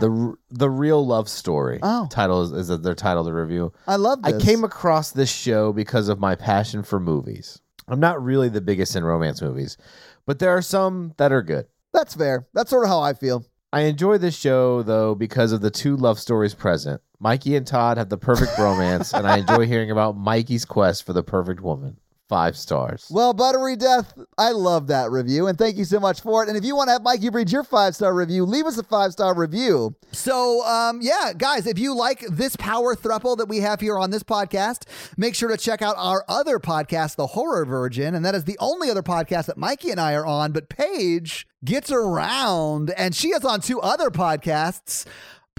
E: the the real love story.
F: Oh.
E: title is, is their title of the review.
F: I love
E: I
F: this.
E: came across this show because of my passion for movies. I'm not really the biggest in romance movies, but there are some that are good.
F: That's fair. That's sort of how I feel.
E: I enjoy this show though because of the two love stories present. Mikey and Todd have the perfect romance, and I enjoy hearing about Mikey's quest for the perfect woman. Five stars.
F: Well, Buttery Death, I love that review, and thank you so much for it. And if you want to have Mikey read your five star review, leave us a five star review. So, um, yeah, guys, if you like this power thruple that we have here on this podcast, make sure to check out our other podcast, The Horror Virgin, and that is the only other podcast that Mikey and I are on. But Paige gets around, and she is on two other podcasts.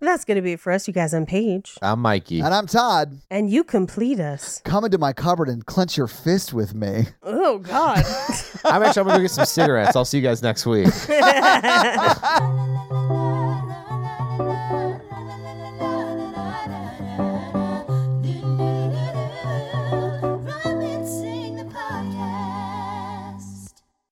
D: That's going to be it for us, you guys. I'm Paige.
E: I'm Mikey.
F: And I'm Todd.
D: And you complete us.
F: Come into my cupboard and clench your fist with me.
D: Oh, God.
E: I'm actually I'm gonna go get some cigarettes. I'll see you guys next week.
C: La, la, la, la,